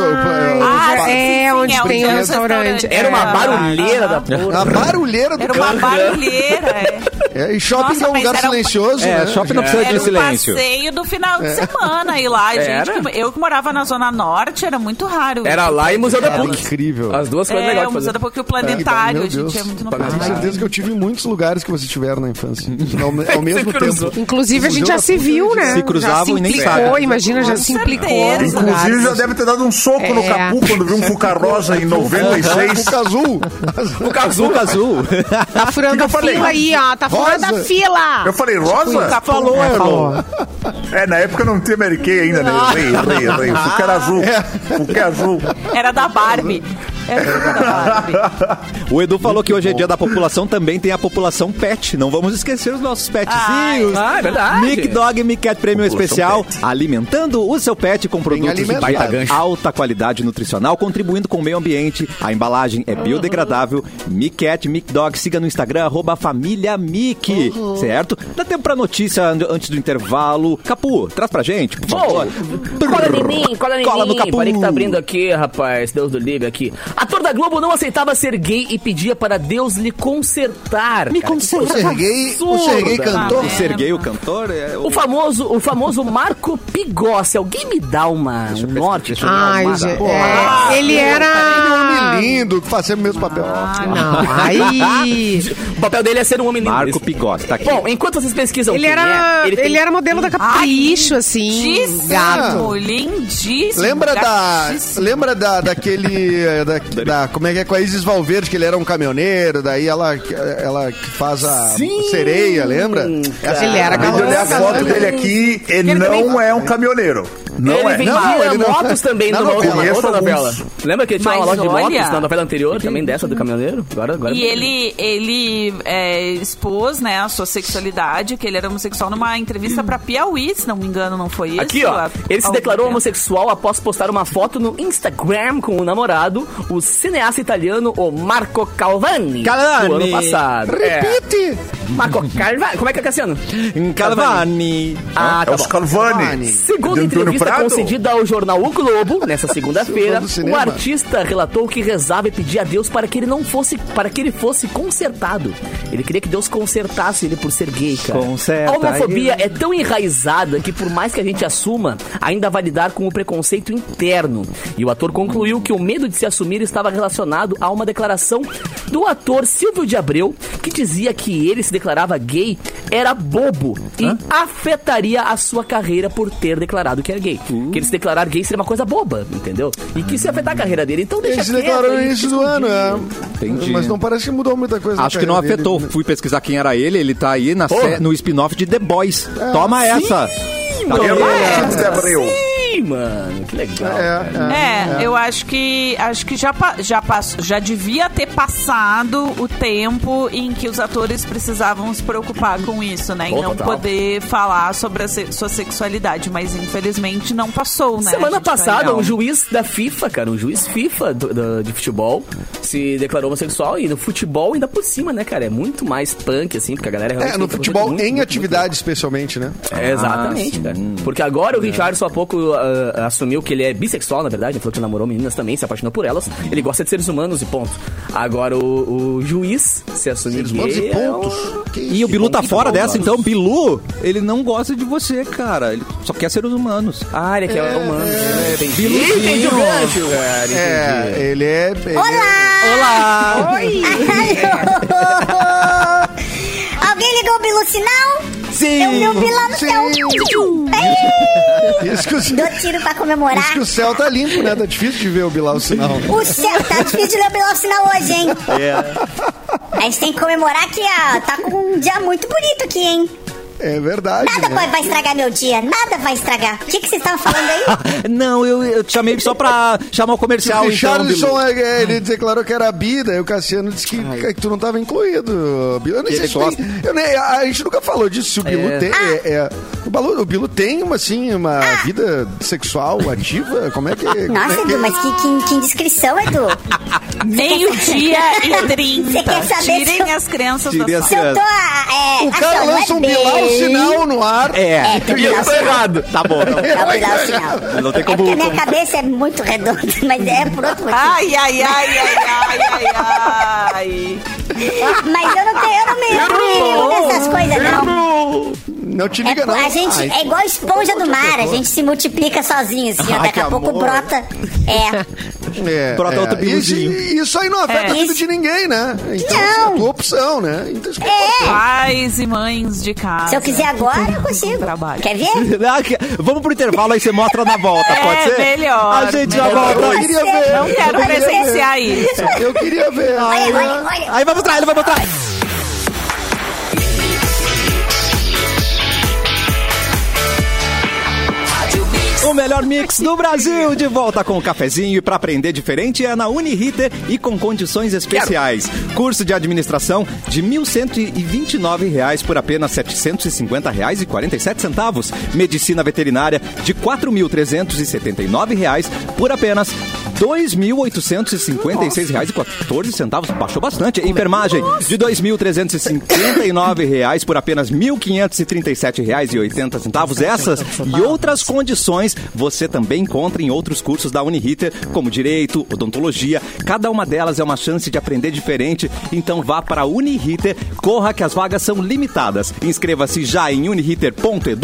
Ah, É, sim, sim, sim, onde tem é o um restaurante. Era uma É. barulheira da a porra. barulheira do Era uma cara. barulheira. é. É, e shopping Nossa, é um mas lugar era um- silencioso, É, né? shopping não precisa Era de um silêncio. passeio do final É. de semana. E lá, gente, Era? que- eu que morava na Zona Norte, era muito raro. Era lá e Museu da Cara, PUC. incrível. As duas coisas É, legais o de fazer. Museu da Porque o Planetário, Meu a gente Deus. é muito no Tenho certeza que eu tive em muitos lugares que vocês tiveram na infância. Ao, ao mesmo cruzou. tempo. Inclusive, a gente já se viu, né? Se cruzavam já e se nem implicou, sabe. imagina, já Com se implicou. certeza. nos Inclusive, lugares. já deve ter dado um soco no É. Capu quando viu um Fuca Rosa em 96. Cuca azul. Azul, azul. Tá furando Que a que eu falei? fila aí, ó. Tá furando Rosa? a Ah, fila. Eu falei, tipo um Rosa? Falou, é, Erlon. É, na época não tinha Mary Kay ainda, né? Eu Errei, errei, errei. O Fuca era azul. Fuca é azul. Era da Barbie. Era da [laughs] Barbie. O Edu falou que hoje é dia da população, também tem a população pet. Não vamos esquecer os nossos petzinhos. Ah, é verdade. Mic Dog Mic Cat Prêmio Especial, alimentando o seu pet com produtos de alimentado. baita gancho. alta qualidade nutricional, contribuindo com o meio ambiente. A embalagem é biodegradável. Mic Cat, Mic Dog, siga no Instagram, arroba família Mic, certo? Dá tempo pra notícia an- antes do intervalo. Capu, traz pra gente, por favor. Cola em mim, cola em Cola mim. no Capu. Parei que tá abrindo aqui, rapaz. Deus do livre aqui. Ator da Globo não aceitava ser gay e pedia para Deus lhe consertar. Me O Serguei, o Serguei cantou. O Serguei, o cantor, é o... O famoso, o famoso Marco Pigossi. Alguém me dá uma, um norte? Deixa eu dar Ai, uma- gente. Porra. é, ele Ah, era. lindo, que fazemos o mesmo papel. Não, aí. O papel dele é ser um homem lindo. Marco Isso. Pigossi, tá aqui. Bom, enquanto vocês pesquisam Ele quem é, era, ele, ele, tem- um era modelo da Capricho, assim. Lindíssimo, gato. lindíssimo. Lembra da, gatíssimo. lembra da, daquele, eh, da, da, como é que é com a Isis Valverde, que ele era um caminhoneiro, daí ela, ela que faz a sereia, lembra? Essa- Ele era Acabei de olhar a Tá Nossa, foto olha. dele aqui e não é um caminhoneiro. Não ele é. vem Não, vendia ele não- motos também na numa outra, novela. outra Conheço novela. alguns. Lembra que ele tinha uma Mas loja de olha- motos na novela anterior, também dessa do caminhoneiro? Agora, agora E ele, ele é, expôs né, a sua sexualidade, que ele era homossexual, numa entrevista pra Piauí, se não me engano, não foi isso? Aqui, ó. Há- Ele se há declarou algum tempo. homossexual após postar uma foto no Instagram com o namorado, o cineasta italiano, o Marco Calvani. Calvani. Do ano passado. É. Repite! Marco Calvani. Como é que é, Cassiano? Calvani. Ah, É tá os bom. Calvani. Segundo De Antônio entrevista Prado? concedida ao jornal O Globo, nessa [laughs] segunda-feira, Fã do o cinema. artista relatou que rezava e pedia a Deus para que ele não fosse, para que ele fosse consertado. Ele queria que Deus consertasse ele por ser gay, cara. Conserta a homofobia é tão enraizada que por mais que a gente assuma, ainda vai lidar com o preconceito interno. E o ator concluiu que o medo de se assumir estava relacionado a uma declaração do ator Silvio de Abreu, que dizia que ele se declarava gay, era bobo e afetaria a sua carreira por ter declarado que era gay. Hum. Que ele se declarar gay seria uma coisa boba, entendeu? E que isso ia afetar a carreira dele. Então deixa Ele se quieto, declarou no ele início fica do ano, escondido. é. Entendi. Mas não parece que mudou muita coisa. na Acho que não carreira afetou. dele. Fui pesquisar quem era ele, ele tá aí na sé- no spin-off de The Boys. Toma essa! Tá mano. vendo? É. Silvio de Abreu. Ih, mano, que legal. cara. É, é. É, eu acho que acho que já pa- já passou, já devia ter passado o tempo em que os atores precisavam se preocupar com isso, né? Pô, e não total. poder falar sobre a se- sua sexualidade, mas infelizmente não passou, né? A Semana gente vai- passada, não. um juiz da FIFA, cara, um juiz FIFA do- do- de futebol, se declarou homossexual e no futebol ainda por cima, né, cara? É muito mais punk, assim, porque a galera É, realmente no tem- futebol muito, em muito, atividade, especialmente, né? é, exatamente, sim. cara. Porque agora o Richardson há pouco ah, assumiu que ele é bissexual, na verdade. Ele falou que namorou meninas também, se apaixonou por elas. Ele gosta de seres humanos e ponto. Agora o, o juiz se assumiu Seres humanos gay. e é um- pontos. Que E o Bilu tá bom, fora que bom, dessa, mano. então. Bilu, ele não gosta de você, cara. Ele só quer seres humanos. Ah, ele é que é humano. É, bem- Biluzinho. Ih, entendi o gancho, cara. entendi. É, ele é. ele Olá! [laughs] Oi! [laughs] Alguém ligou o Bilu sinal? Eu vi o Bilu lá no Sim. céu. é- Isso que o, Dou tiro pra comemorar. isso que o céu tá limpo, né? Tá difícil de ver o Bilal [laughs] o sinal. O céu, tá difícil de ler o Bilu sinal hoje, hein? É. A gente tem que comemorar que ah, tá com um dia muito bonito aqui, hein? É verdade. Nada vai- Né? vai estragar meu dia, nada vai estragar. O que que vocês estavam [laughs] falando aí? Não, eu, eu te chamei só pra chamar o comercial, O então, Bilu. Richardson, é, é, ele declarou que era bi, daí o Cassiano disse que, que tu não tava incluído. Bilu. Eu nem Ele sei se tem, eu nem, a, a gente nunca falou disso. Se o Bilu tem. Ah. é- é- o, Balu- o Bilu tem uma, assim, uma vida sexual ativa? Como é que. como é Nossa, que- Edu, mas que, que, que indiscrição, Edu. [laughs] um meio-dia e 30. Você quer saber se Tirem eu- as crianças Tirei da as Se sala. eu tô. ah, É, O cara assim, ó, lança não um é bem- Bilau sinal no ar. É, É, tem que dar o sinal. errado. Tá bom. É o Bilau sinal. Não tem É como- porque a minha cabeça é muito redonda, [laughs] mas é por outro motivo. Ai, ai, ai, ai, ai, ai, ai. Mas eu não tenho, eu não me eu não me ligo nessas coisas, não. Não te É, liga, por- não. a gente Ai, é igual a esponja do mar, a gente se multiplica sozinho, assim, ó, Ai, daqui a que pouco amor. brota. É. É, Brota outro isso, biluzinho. isso aí não afeta É. a vida de ninguém, né? Então, assim, é a tua opção, né? Então, isso que importa. Pais e mães de casa. É. Se eu quiser agora, eu consigo. Trabalho. Quer ver? Ah, que- Vamos pro intervalo, aí você mostra na volta, É, pode ser? melhor, A gente já melhor. volta. Eu queria ver. Não quero eu queria presenciar isso. ver. Eu queria ver. Olha, olha, Olha, olha. Aí vai mostrar, ele vai mostrar. O melhor mix do Brasil, de volta com o cafezinho e para aprender diferente é na Uniriter e com condições especiais. Curso de administração de R$ 1.129 reais por apenas R$ 750,47. reais e 47 centavos. Medicina veterinária de R$ 4.379 reais por apenas R$ 2.856,14. reais e 14 centavos. Baixou bastante. Enfermagem de R$ 2.359 reais por apenas R$ 1.537,80. reais e 80 centavos. Essas e outras condições você também encontra em outros cursos da Uniriter, como Direito, Odontologia. Cada uma delas é uma chance de aprender diferente. Então vá para a Uniriter, corra que as vagas são limitadas. Inscreva-se já em uniriter.edu.br,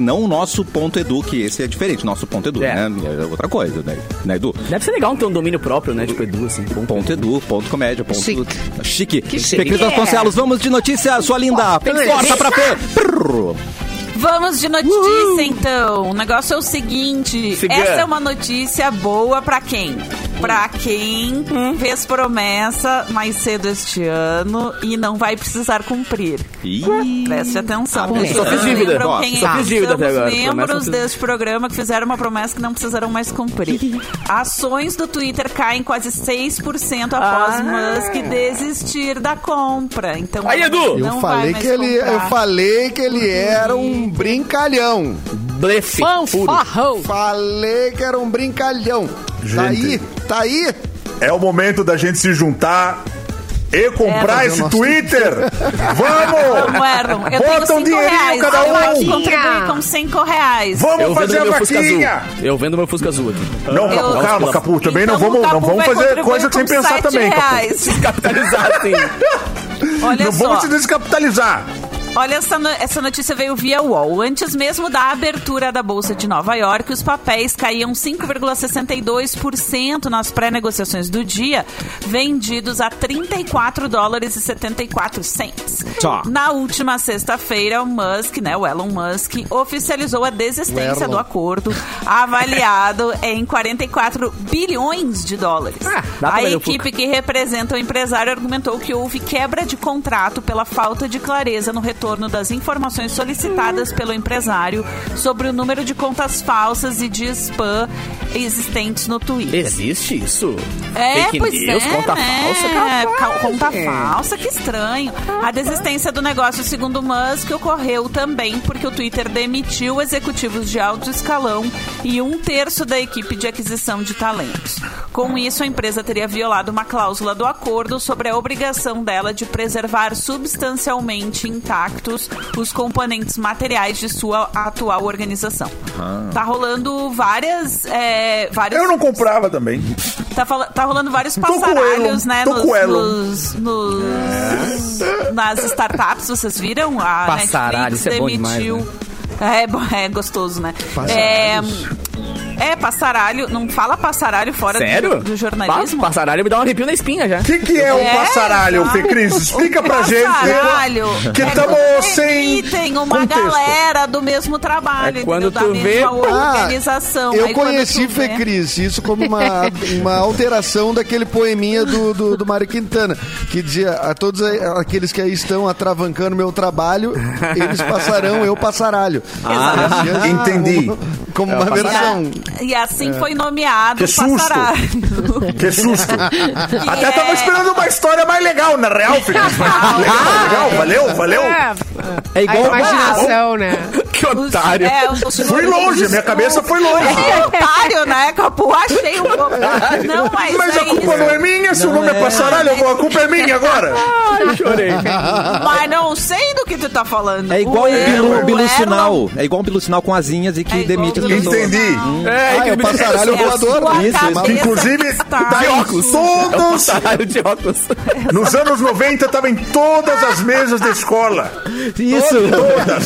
não o nosso ponto .edu, que esse é diferente. Nosso ponto .edu, É. né? É outra coisa, né, né Edu? Deve ser legal ter um domínio próprio, né? Tipo Edu, assim. ponto. Ponto edu, ponto comédia, ponto... Chique. Chique. Que chique. Pequenos Vasconcelos, vamos de notícia, sua linda. Corta pra P. Prrr. Vamos de notícia, então. O negócio é o seguinte. Siga. Essa é uma notícia boa pra quem? Pra quem Hum. fez promessa mais cedo este ano e não vai precisar cumprir. Preste atenção. Ah, Vocês só fiz dívida. lembram quem Só é? fiz dívida até São os agora. Promessa não membros fiz. deste programa que fizeram uma promessa que não precisarão mais [laughs] cumprir. Ações do Twitter caem quase 6% após Ah. Musk desistir da compra. Então, Aí, Edu! Eu não vai falei mais que ele, eu comprar. Uhum. falei que ele era um brincalhão. Blefe. puro. Oh. Fanfarrão. Falei que era um brincalhão. Tá aí, tá aí. É o momento da gente se juntar e comprar É, esse mas eu não Twitter. [laughs] Vamos! Vamos, Erlon. é, Eu Bota tenho 5 um dinheirinho reais. cada Eu um. aqui contribuí com 5 reais. Vamos Eu fazer vendo a meu Fusca azul. vaquinha! Eu vendo meu Fusca azul aqui. Não, Eu- Capu, calma, Capu, também Então não vamos, o não Capu vamos vai fazer contribuir coisa com sem pensar sete também, Capu. reais. Capitalizar, sim. Olha Não só. vamos se descapitalizar. Olha, essa, no- essa notícia veio via UOL. Antes mesmo da abertura da Bolsa de Nova York, os papéis caíam 5,62% nas pré-negociações do dia, vendidos a 34 dólares e 74 cents. Tá. Na última sexta-feira, o Musk, né, o Elon Musk, oficializou a desistência do acordo, avaliado em 44 bilhões de dólares. Ah, dá pra a vender o equipe que representa o empresário argumentou que houve quebra de contrato pela falta de clareza no retorno das informações solicitadas pelo empresário sobre o número de contas falsas e de spam existentes no Twitter. Existe isso? É, Fake pois news, é, conta né? falsa, É, ca- Conta gente. falsa, que estranho. A desistência do negócio, segundo Musk, ocorreu também porque o Twitter demitiu executivos de alto escalão e um terço da equipe de aquisição de talentos. Com isso, a empresa teria violado uma cláusula do acordo sobre a obrigação dela de preservar substancialmente intactos os componentes materiais de sua atual organização. Ah. Tá rolando várias, é, vários Eu não comprava também. Tá, fala- tá rolando vários com passaralhos, Elon. né? Tô Nos, com Elon. nos, nos- Nas startups, vocês viram? A Passaralho, Netflix isso é bom demais, demitiu. né? é, bom- é gostoso, né? É, é, passaralho. Não fala passaralho fora do- Sério? Do, jornalismo. Bah, passaralho me dá um arrepio na espinha já. O que, que é o É, passaralho, tá. Fê Cris? Explica pra gente. né? Passaralho. Que É tamo quando sem demitem uma contexto. galera do mesmo trabalho, É quando entendeu? da tu mesma vê- Ah, organização. Ah, eu Aí quando conheci, tu Fê vê- Cris, isso [laughs] como uma, uma alteração daquele poeminha do, do, do Mário Quintana, que dizia, a todos a- aqueles que aí estão atravancando meu trabalho, eles passarão, eu passaralho. [laughs] Ah, entendi. Como uma É, versão. E assim foi nomeado É. Que susto. passaralho. Que susto. Até é- Ah, tava esperando uma história mais legal, na real, [laughs] Fê Cris. Legal, legal, valeu, valeu. É a igual imaginação, né? Que Os- otário. é, os- Fui longe, minha cabeça foi longe. Achei otário, né, Capu? Achei um pouco. Não, mas, Mas é a culpa isso. não é minha, se o nome é passaralho, a culpa é minha agora. Ai, [laughs] chorei. Mas não sei do que tu tá falando. É igual O um bilu, Erlon- bilu o sinal. É igual um bilu sinal com asinhas e que É igual demite as bilu pessoas. Entendi. É, Ah, que eu me- passaralho Erlon- voador. Sua Isso, isso. cabeça Que inclusive está- tá em todos. Passaralho de óculos. Nos anos 90 tava em todas as mesas da escola. Isso.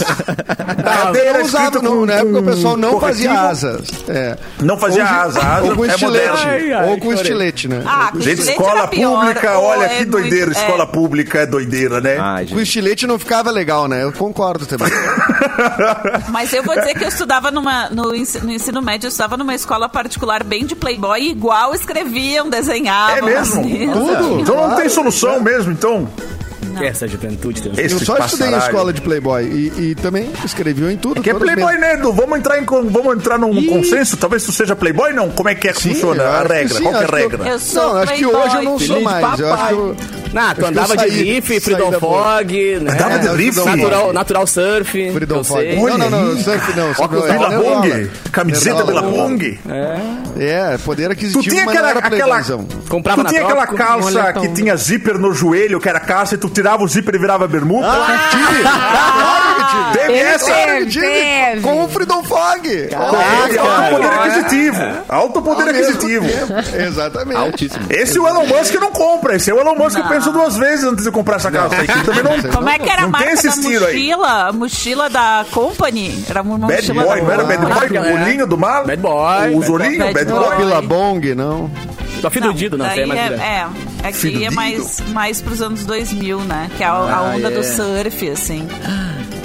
Cadeira Eu usava, escrita não, com- na época o pessoal não corretivo. fazia asas. É. Não fazia Hoje- asa, asa Ou com é estilete. moderno. Ai, ai, ou com chorei. estilete, né? Ah, com Gente, estilete escola era pior, pública, ou olha é que muito- doideira. é. Ah, Escola pública é doideira, né? Ai, Com gente. estilete não ficava legal, né? Eu concordo também. [laughs] Mas eu vou dizer que eu estudava numa, no, ensino, no ensino médio, eu estudava numa escola particular bem de playboy, igual escreviam, desenhavam. É mesmo? assim. Tudo. Então não tem solução mesmo, então. Essa juventude É, tem. um Esse Eu só estudei em passaralho. escola de Playboy e, e também escrevi em tudo. Que é todas as Playboy, né, Edu? Vamos entrar, em, con- vamos entrar num consenso? Talvez tu seja Playboy, não? Como é que é que Sim, funciona eu a acho que regra? sim, Qual que é a acho que eu- regra? Eu Não, sou acho que playboy, hoje eu não sou filho de mais. Eu acho que eu, Ah, tu acho que eu andava de saí- riff, saí Freedom da bolha. Fog, É, é, né? Andava de riff? Natural, natural surf. Freedom eu Fog. sei. Não, não, não, Olha aí, surf não. surf não, Vila é Bong? nerdola. Camiseta Nerdola. Vila Bong? É, poder Tu aquisitivo, tinha mas aquela. não era aquela playboyzão. Comprava tu um na tinha aquela troca, calça moletom. que tinha zíper no joelho, que era calça, e tu tirava o zíper e virava bermuda? Ah, Claro que Teve essa? tive. Teve, Tive teve. Com o Freedom Fog. Ah, Teve alto poder aquisitivo. Alto Ao poder Ah, mesmo aquisitivo. tempo. Exatamente. Altíssimo. Esse é o Elon Musk não compra. Esse é o Elon Musk que pensou duas vezes antes de comprar essa calça. aí, que também não... Como é que era a Não tem marca esse da estilo aí. mochila? A mochila da Company? Era uma Bad mochila Boy, da não era Bad Boy? que é O né? olhinho do mal? Bad Boy, Os Bad Boy. olhinhos, Bad Bad Não Boy. é Vila Bong, não. Só fidudido, não, daí sei, mas... é, é, aqui é Fidudido. mais, mais pros anos 2000, né? Que é a, a onda do surf, assim.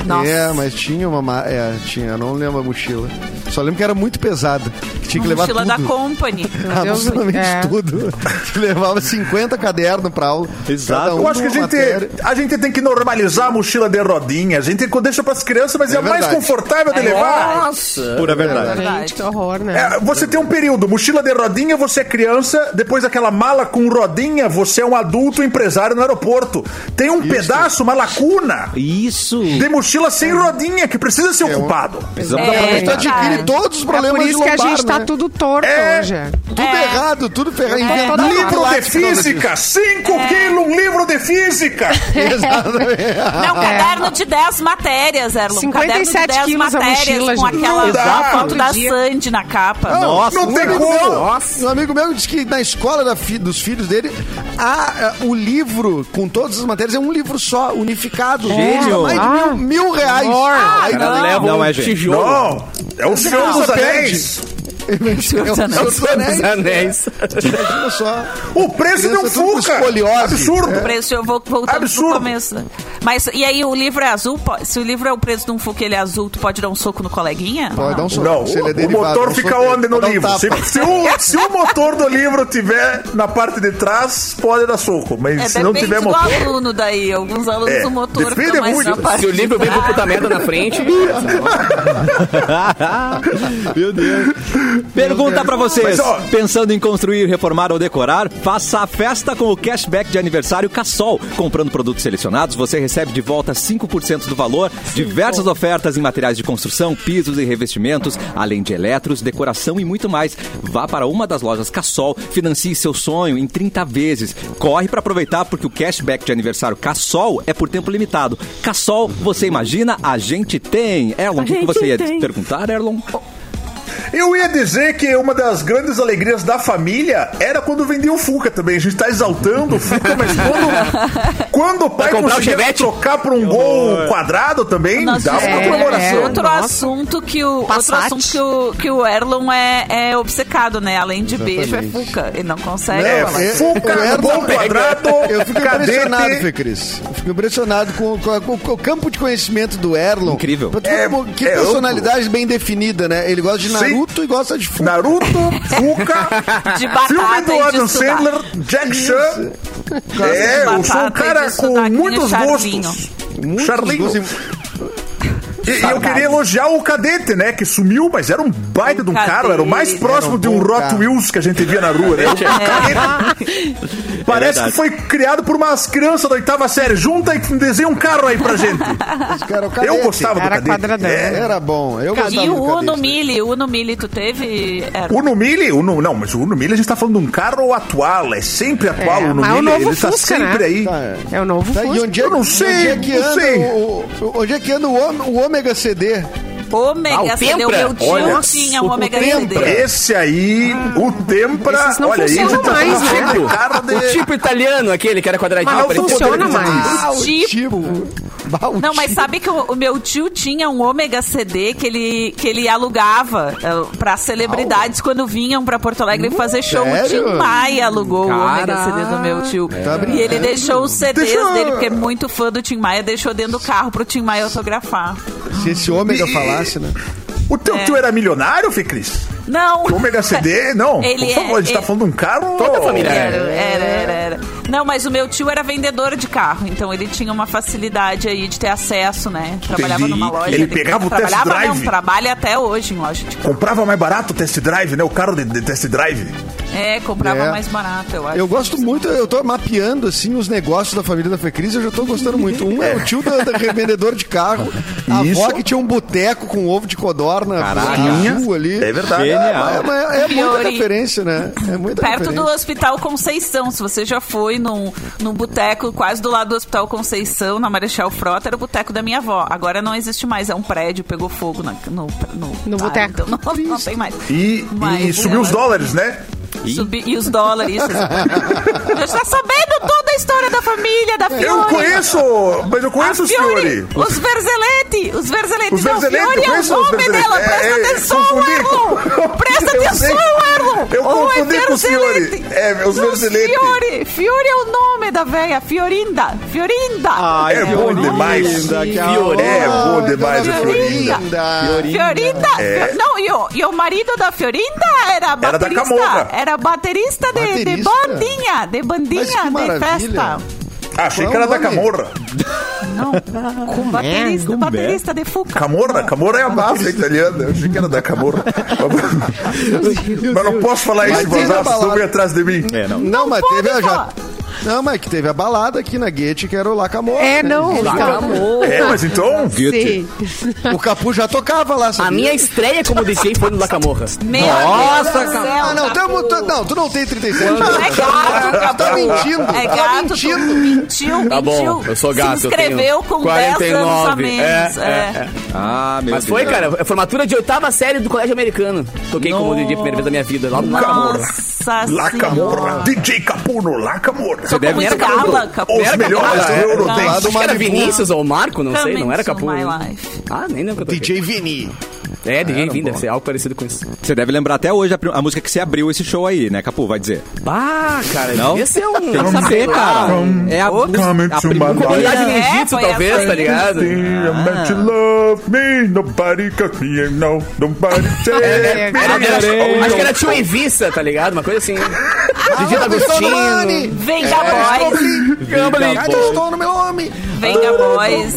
Nossa. É, mas tinha uma. ma- É, tinha, eu não lembro a mochila. Só lembro que era muito pesada. Que Tinha que Uma levar mochila tudo. Ah, da Company. Absolutamente É. tudo. [laughs] Levava 50 cadernos pra aula. Exato. Cada um Eu acho que a com uma matéria. gente, a gente tem que normalizar a mochila de rodinha. A gente deixa pras crianças, mas é, É a mais verdade. É confortável de É, levar. Nossa! Pura verdade. Gente, que horror, né? É, você tem um período, mochila de rodinha, você é criança, depois aquela mala com rodinha, você é um adulto empresário no aeroporto. Tem um pedaço, uma lacuna Isso. de mochila É. sem rodinha que precisa ser um ocupado. Precisamos É, dar uma A gente cara. adquire todos os É, problemas por de isso que a lombar, gente tá né? tudo torto É. hoje. Tudo errado, tudo ferrado. toda inventando hora. Livro lá de que não existe. [laughs] física, 5 quilos, um livro de física. É. Exatamente. Não, caderno de 10 matérias, Erlon. 57 caderno de 10 quilos a matérias mochila, com gente. aquela Não dá. foto da Outro dia. Sandy na capa. Nossa, Não tem amigo como. meu- Um amigo meu disse que na escola da fi- dos filhos dele, a, a- o livro com todas as matérias é um livro só, unificado. Gênio. Mais de mil, mil reais. Ah, Aí Cara, não. leva Não, um é gente. tijolo. Não, é o Senhor dos Anéis. É um Senhor dos anéis. anéis. Imagina só. O preço de um Criança tudo com Fuca. escoliose. É. Absurdo. O preço, eu vou voltar pro Absurdo. começo. Mas, e aí, o livro é azul? Po- Se o livro é o preço de um Fuca e ele é azul, tu pode dar um soco no coleguinha? Pode dar um soco. Não, se ele é o derivado, motor um fica soco, onde no dá um livro? tapa. se, se o, se o motor do livro tiver na parte de trás, pode dar soco. Mas É, se não depende tiver do motor. aluno daí. Alguns alunos É, o motor depende fica mais É, muito. na parte Se o livro de vem pro trás. puta merda na frente. Meu Deus. Pergunta pra vocês. Mas, ó- Pensando em construir, reformar ou decorar, faça a festa com o cashback de aniversário Cassol. Comprando produtos selecionados, você recebe de volta 5% do valor, diversas ofertas em materiais de construção, pisos e revestimentos, além de eletros, decoração e muito mais. Vá para uma das lojas Cassol, financie seu sonho em 30 vezes. Corre pra aproveitar porque o cashback de aniversário Cassol é por tempo limitado. Cassol, você imagina, a gente tem. Erlon, o que, que você ia perguntar, Erlon? Eu ia dizer que uma das grandes alegrias da família era quando vendia o Fuca também. A gente tá exaltando o Fuca, mas [laughs] quando, quando o pai comprar o conseguia Chevette? trocar por um gol quadrado também, Nós dava uma tivemos comemoração. é, outro, nossa. assunto que o, outro Passat. assunto que o, que o Erlon é, é obcecado, né? Além de beijo, é fuca. Ele não consegue É, falar. eu- Fuca, eu- gol quadrado, Eu fico impressionado, Fê cadete. Cris. Eu Fico impressionado com, com a- com- com o campo de conhecimento do Erlon. Incrível. Pra tu ver É- como- que é amplo. personalidade bem definida, né? Ele gosta de Sim. Naruto e gosta de futebol. Naruto, [laughs] Fuca, De batata [laughs] filme e de do Adam estudar. Sandler, Jack Chan. de É, eu sou batata um e cara de com sotaque muitos charlinho. gostos. Muitos Charlinho. gostos E e eu queria elogiar o Cadete, né? Que sumiu, mas era um baita de um Cadete. cara. Era o mais próximo Era um de um bom Rot cara. Wheels que a gente via na rua, [laughs] né? O É Cadete. Parece verdade. que foi criado por umas crianças da oitava série. Junta e desenha um carro aí [laughs] pra gente. e- cara, o Eu cadete. gostava do Era Cadete. quadradão. É. Era bom. Eu gostava um, E do o Uno cadete. Mille, o Uno Mille, tu teve? Erlon? Uno Mille, Uno, não, mas o Uno Mille a gente tá falando de um carro atual, é sempre atual É, o Uno mas é o Mille, novo ele tá Fusca, sempre né? aí. Tá, é. É o novo Tá, e Fusca. onde é, Eu não sei, onde é que não anda sei. o, o- onde é que anda o, ôme- o ômega CD? Ômega Ah, o CD, o Tempra? meu tio Olha, tinha um o ômega Tempra. CD. Esse aí, o Tempra, Ah. Esses não olha aí, a gente tá funcionam falando mais, sempre né? de carro de... O tipo italiano, aquele que era quadradinho. Mas não parecia- funciona mais. tipo. Ah, Bah, o Não, mas tipo. sabe que o, o meu tio tinha um ômega CD que ele, que ele alugava eh, pra celebridades quando vinham pra Porto Hum, Alegre fazer show. O Tim sério? Maia alugou o ômega CD do meu tio. é e ele deixou os CDs Deixa eu- dele, porque é muito fã do Tim Maia, deixou dentro do carro pro Tim Maia autografar. Se esse ômega falasse, né? O teu É. tio era milionário, Fê Cris? Não. O Omega CD? Não, Ele por favor, é- a gente tá ele- falando de um carro... É. Toda a família [laughs] Era, era. era, era, era. Não, mas o meu tio era vendedor de carro, então ele tinha uma facilidade aí de ter acesso, né? Trabalhava Entendi. numa loja. Ele pegava o test trabalhava, drive. Não, trabalha até hoje em loja de carro. Comprava mais barato o test drive, né? O carro de, de test drive. É, comprava É. mais barato, eu acho. Eu gosto muito, eu tô mapeando assim os negócios da família da Fecris, eu já tô gostando muito. Um é o tio da, da revendedor de carro, a avó que tinha um boteco com ovo de codorna Caraca. na rua ali. É verdade. Genial. É, mas é- é muita Fiori. referência, né? É muita Perto do referência. Hospital Conceição, se você já foi num, num boteco quase do lado do Hospital Conceição, na Marechal Frota, era o boteco da minha avó. Agora não existe mais, é um prédio, pegou fogo na- no, no, No ah, boteco. então não, não tem mais. E, e Mas- subiu os dólares, né? [laughs] Subi- e os dólares. isso. Eu já sabendo toda a história da família, da filha. Eu conheço conheço, mas eu conheço A o Fiore. Os Verzeletti. Os Verzeletti. Os Não, Verzeletti, Fiore eu é o conheço os nome Verzeletti. dela. É, Presta é, atenção, confundi. Erlon. Presta Eu atenção, sei. Erlon. Eu Ou é confundi com o Fiore. Verzeletti. É, os Não, Verzeletti. Fiore. Fiore é o nome da véia. Fiorinda. Fiorinda. Ah, Ai, É bom demais. É bom demais o Fiorinho. Fiorinda. É. Não, e o, e o marido da Fiorinda era da baterista. Camorra. era baterista de, de Baterista? bandinha. De bandinha, de maravilha. festa. Ah, Achei Qual que era da o nome? Camorra. Não, é? baterista, baterista de fuca. Camorra? Camorra é a massa italiana. Eu achei que era da [laughs] Camorra. mas não posso falar isso, Mas mas tem na elas estão balada. bem atrás de mim. É, não. Não, mas pode teve a já. falar. Não, mas é que teve a balada aqui na Guete, que era o né? Lacamora. tá É, não. Amor. É, mas então. Sim. O Capu já tocava lá, sabia? A minha estreia como DJ foi no La Camorra. Meu Nossa, Deus do cara. céu, tá Ah, não, Capu. tamo, tu, não, tu não tem 37. É gato, Capu. tá mentindo. É tá gato, mentindo. Tu mentiu, Tá mentiu. bom, eu sou gato, Se eu tenho inscreveu com 10 anos a 49, menos. é, é. Ah, meu Mas foi, Deus. cara, é formatura de oitava série do colégio americano. Toquei como DJ a primeira vez da minha vida, lá no Camorra. Nossa La Camorra. Senhora. DJ Capuno, La Camorra. Sou como deve ter escala, Capu. Capu. Os melhores do Era- Eurodense. Lado Acho que era Malibu. Vinícius ou Marco, não sei, Coming não era to Capu. my né? life. Ah, nem lembro que eu toquei. DJ Vini. É, DJ Vim, deve ser algo parecido com isso. Você deve lembrar até hoje a, pri- a música que você abriu esse show aí, né, Capu? Vai dizer. Bah, cara, Não? devia ser um... Tem que sei saber, lá, cara. From- É a, Coming a to primeira my comunidade Comunidade É, ninjitsu, foi talvez, assim. tá ligado? I'm meant to love me, nobody got me, no, nobody take me. Era- era- Adorei. acho que era Tio Evissa, tá ligado? Uma coisa assim. Tá DJ D'Agostino. Vem cá, boys. Ainda estou no tá meu nome. Venga Boys.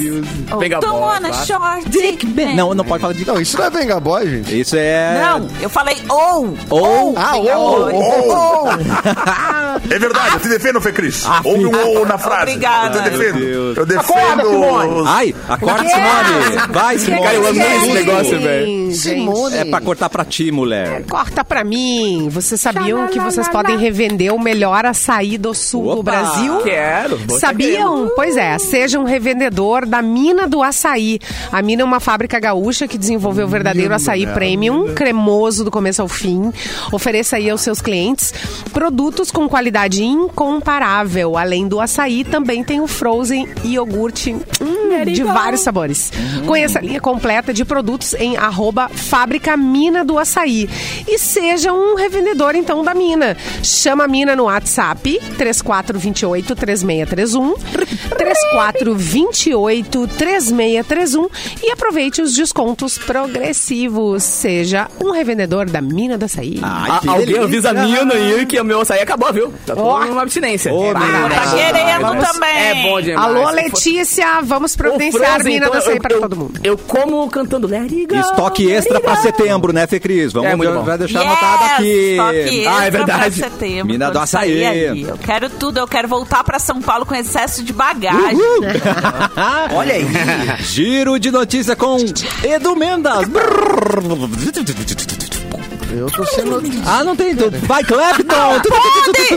Oh, Venga don't Boys, wanna claro. short dick bang. Não, não pode falar de. Não, isso não é Venga Boy, gente. Isso é. Não, eu falei ou. Ou. Ah, Venga ou, Boys. ou. Oh! É verdade, eu te defendo, Fê Cris. Houve um ou na frase. Obrigada. Eu te defendo. Deus. Eu defendo. os- Ai, acorda, é? Simone. Vai, Simone. Cara, Tá eu amei assim, esse Simone. negócio, velho. Simone. É pra cortar pra ti, mulher. Corta pra mim. Vocês sabiam que vocês podem revender o melhor açaí do sul do Opa! Brasil? Quero. vou Sabiam? Pois é, seja um revendedor da Mina do Açaí. A Mina é uma fábrica gaúcha que desenvolveu o verdadeiro açaí premium, cremoso do começo ao fim. Ofereça aí aos seus clientes produtos com qualidade incomparável. Além do açaí, também tem o frozen iogurte hum, de vários sabores. Conheça a linha completa de produtos em arroba fábrica Mina do Açaí. E seja um revendedor, então, da Mina. Chama a Mina no WhatsApp 3428-3631 3428-3631 e aproveite os descontos progressivos. Seja um revendedor da Mina do Açaí. Ai, A- que alguém delícia. né? avisa a mina aí que o meu açaí acabou, viu? Tá todo uma abstinência. Ô, Bah, menina. tá Queremos demais. também. É bom demais. Alô, Se Letícia, vamos for- Ô, providenciar a Frozen, Mina do então Açaí eu- para eu- todo mundo. Eu como cantando Leriga. Estoque extra pra setembro, né, Fê Cris? Vamos É, muito bom. vai deixar Yes, anotado aqui. toque Ah, é extra verdade. pra setembro, Mina quando do açaí. sair ali. Eu quero tudo, eu quero voltar pra São Paulo com excesso de bagagem. Olha aí. Giro de notícia com Edu Mendas. Eu tô sendo... ah, não tem. tu- Vai, [laughs] Clapton!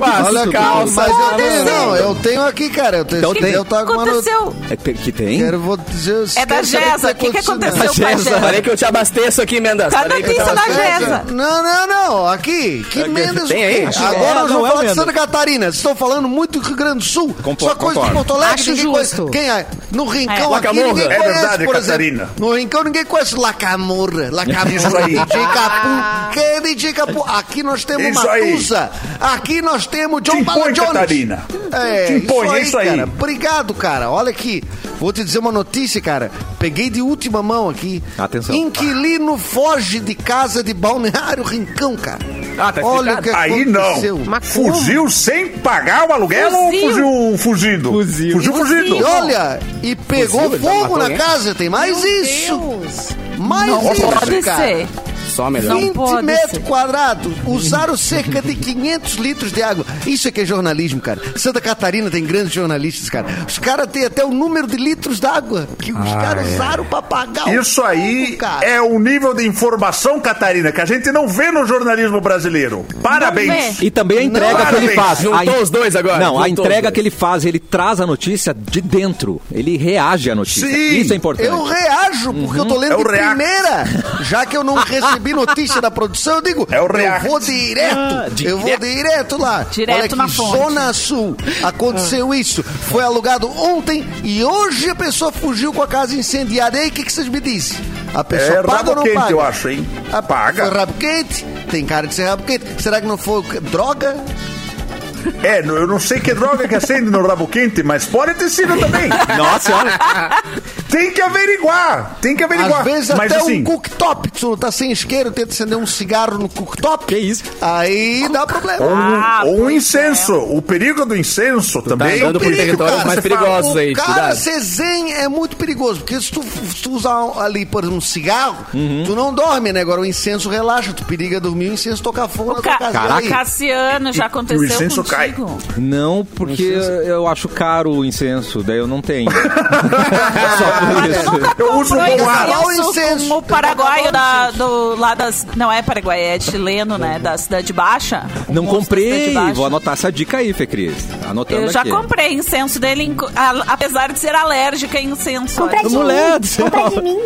Ah, Olha, calma, mas eu tenho, não, eu tenho aqui, cara. Eu tenho, Então tem. eu tava com uma no- aconteceu? É, tem- Que tem? Quero, vou dizer, É da quero saber Gesa. O que, que né? aconteceu com a Gesa. Gesa? Falei que eu te abasteço aqui, Mendas. Tá Falei que eu te notícia da abasteço. Gesa. Não, não, não. Aqui. É Que Mendes. tem aí? o quê? Agora É, eu vou não é o falar de Mendes. Santa Catarina. Vocês estão falando muito do Rio Grande do Sul. Concordo, Só coisa de concordo. Porto Alegre. Acho ninguém justo. Conhece, quem é? No Rincão É, aqui ninguém Lacamorra. conhece, É verdade, por Catarina. exemplo. No Rincão ninguém conhece Lacamorra. Isso Lacamorra. aí. DJ Ah. Capu. Que é DJ Capu? Aqui nós temos Isso aí. Matusa. Aqui nós temos Te John Paula impõe, Jones. Catarina. É, Te impõe, é isso aí. Cara. Obrigado, cara. Olha aqui. Vou te dizer uma notícia, cara. Peguei de última mão aqui. Atenção. Inquilino foge de casa de balneário Rincão, cara. Ah, tá Olha o explicado. que Aí aconteceu. não. Mas como? Fugiu sem pagar o aluguel Fuzil. ou fugiu fugido? Fuzil. Fugiu fugido. assim? E olha, e pegou Fuzil, ele fogo matou na alguém? casa. Tem mais isso. Mais Não isso, pode cara. ser. Só um melhor. Não 20 pode metros ser. quadrados, usaram cerca de 500 litros de água. Isso é que é jornalismo, cara. Santa Catarina tem grandes jornalistas, cara. Os caras têm até o número de litros d'água que os caras usaram pra pagar o Ah, é. Isso aí fogo, cara. é um nível de informação, Catarina, que a gente não vê no jornalismo brasileiro. Parabéns. E também a entrega que ele parabéns. faz. Juntou A en- os dois agora, Não, juntou a os entrega dois. que ele faz, ele traz a notícia de dentro. Ele reage à notícia. Sim. Isso é importante. Eu reajo, porque eu tô lendo É o de react. primeira, já que eu não recebi recebi notícia da produção, eu digo, É o eu React. Ah, vou direto, eu vou direto lá. Direto Olha aqui, na fonte. Ah. Zona Sul, aconteceu isso. Foi alugado ontem e hoje a pessoa fugiu com a casa incendiada. E aí, o que, que vocês me dizem? A pessoa É paga ou rabo não quente, paga? eu acho, hein? Ah, Foi Paga. rabo quente? Tem cara de ser rabo quente. Será que não foi droga? É, eu não sei que droga que acende no rabo quente, mas pode ter sido [laughs] também. Nossa, olha. Tem que averiguar. Tem que averiguar. Às vezes mas até assim, um cooktop, tu tá sem isqueiro, tenta acender um cigarro no cooktop. Que isso? Aí dá problema. ou um, Ah, ou um pois incenso. O perigo do incenso É também. um Tá andando por perigo, territórios cara. mais Você fala, perigosos o aí, Cara, cuidado. ser zen é muito perigoso, porque se tu, se tu usar ali, por exemplo, um cigarro, tu não dorme, né? Agora o incenso relaxa, tu periga dormir, o incenso toca fogo na tua Ca- casa. E aí? Cassiano, já o aconteceu incenso cai. contigo? Não, porque eu acho caro o incenso, daí eu não tenho. Só por Mas Ah, tu isso. nunca Eu comprou uso bom ar. Acabar o incenso incenso. com o paraguaio da, Acabar do, lá das... Não é paraguaio, é chileno, né? Da Cidade Baixa. O Não moço da Cidade comprei. Baixa. Vou anotar essa dica aí, Fê Cris. Anotando Eu já aqui. [laughs] comprei incenso dele, em co- a- apesar de ser alérgica a incenso. Compra de Mulher do mim. céu. Compra de mim.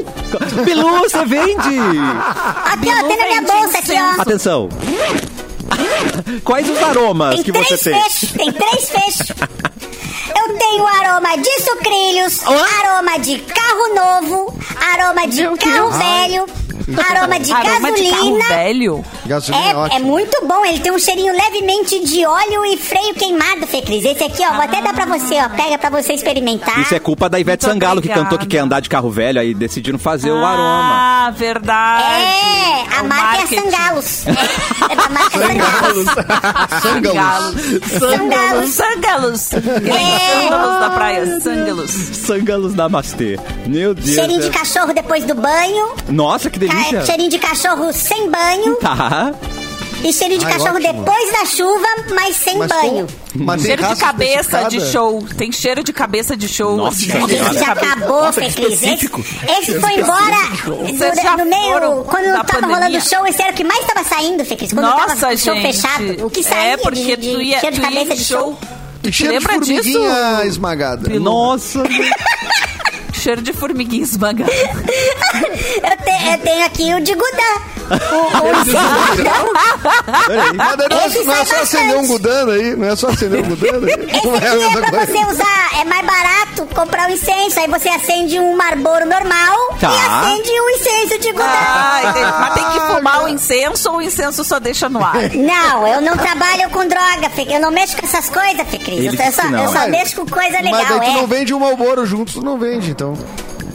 Pelúcia, vende! Ah, Aqui, ó, tem na minha bolsa aqui, ó. Atenção. Quais os aromas Tem que três você tem? fechos. Tem três fechos. Eu tenho aroma de sucrilhos, aroma de carro novo, aroma de carro velho, aroma de Aroma de carro gasolina. velho. Gasolina é É, é ótimo. muito bom, ele tem um cheirinho levemente de óleo e freio queimado, Fê Cris. Esse aqui, ó, vou até dar pra você, ó. Pega pra você experimentar. Isso é culpa da Ivete Muito Sangalo, que obrigada. cantou que quer andar de carro velho, aí decidiram fazer o aroma. Ah, verdade. É, a O marca é marketing. [laughs] Sangalos. É, é da marca Sangalos. Sangalos. Sangalos. Sangalos. É. Sangalos da praia. Sangalos. Sangalos Namastê. Meu Deus. Cheirinho de é- cachorro depois do banho. Nossa, que ca- delícia. é Cheirinho de cachorro sem banho. Tá. E cheirinho de Ai, cachorro ótimo. depois da chuva, mas sem Mas banho. com- mas tem Cheiro de raça cabeça de especificada? show. Tem cheiro de cabeça de show. Nossa, assim, Senhora. de Isso já cabeça. acabou, Fê Cris. Esse, esse foi embora Vocês já no, no meio, foram quando da tava pandemia. rolando o show, esse era o que mais tava saindo, Fê Cris. Quando tava Nossa, o show gente. fechado, o que saía É, porque de, de tu ia, cheiro de tu ia cabeça em de show. show. E cheiro de Lembra disso? formiguinha esmagada. Nossa. Cheiro de formiguinha [laughs] esmagada. Eu, te- eu tenho aqui o de Gudã. O, o de Mas não, Esse é- não é sai só acender um bastante. gudano aí? Não é só acender um gudano aí? Não é a Esse aqui mesma é pra coisa. você usar, é mais barato comprar o incenso. Aí você acende um Marlboro normal Tá. e acende um incenso de Gudã. Ai, tem- mas tem que fumar o incenso ou o incenso só deixa no [laughs] ar? Não, eu não trabalho com droga, Fê, eu não mexo com essas coisas, Fê Cris. Ele Eu só, eu disse só- não. eu só Mas- mexo com coisa Mas daí legal, tu não é. vende um malboro junto, tu não vende, então.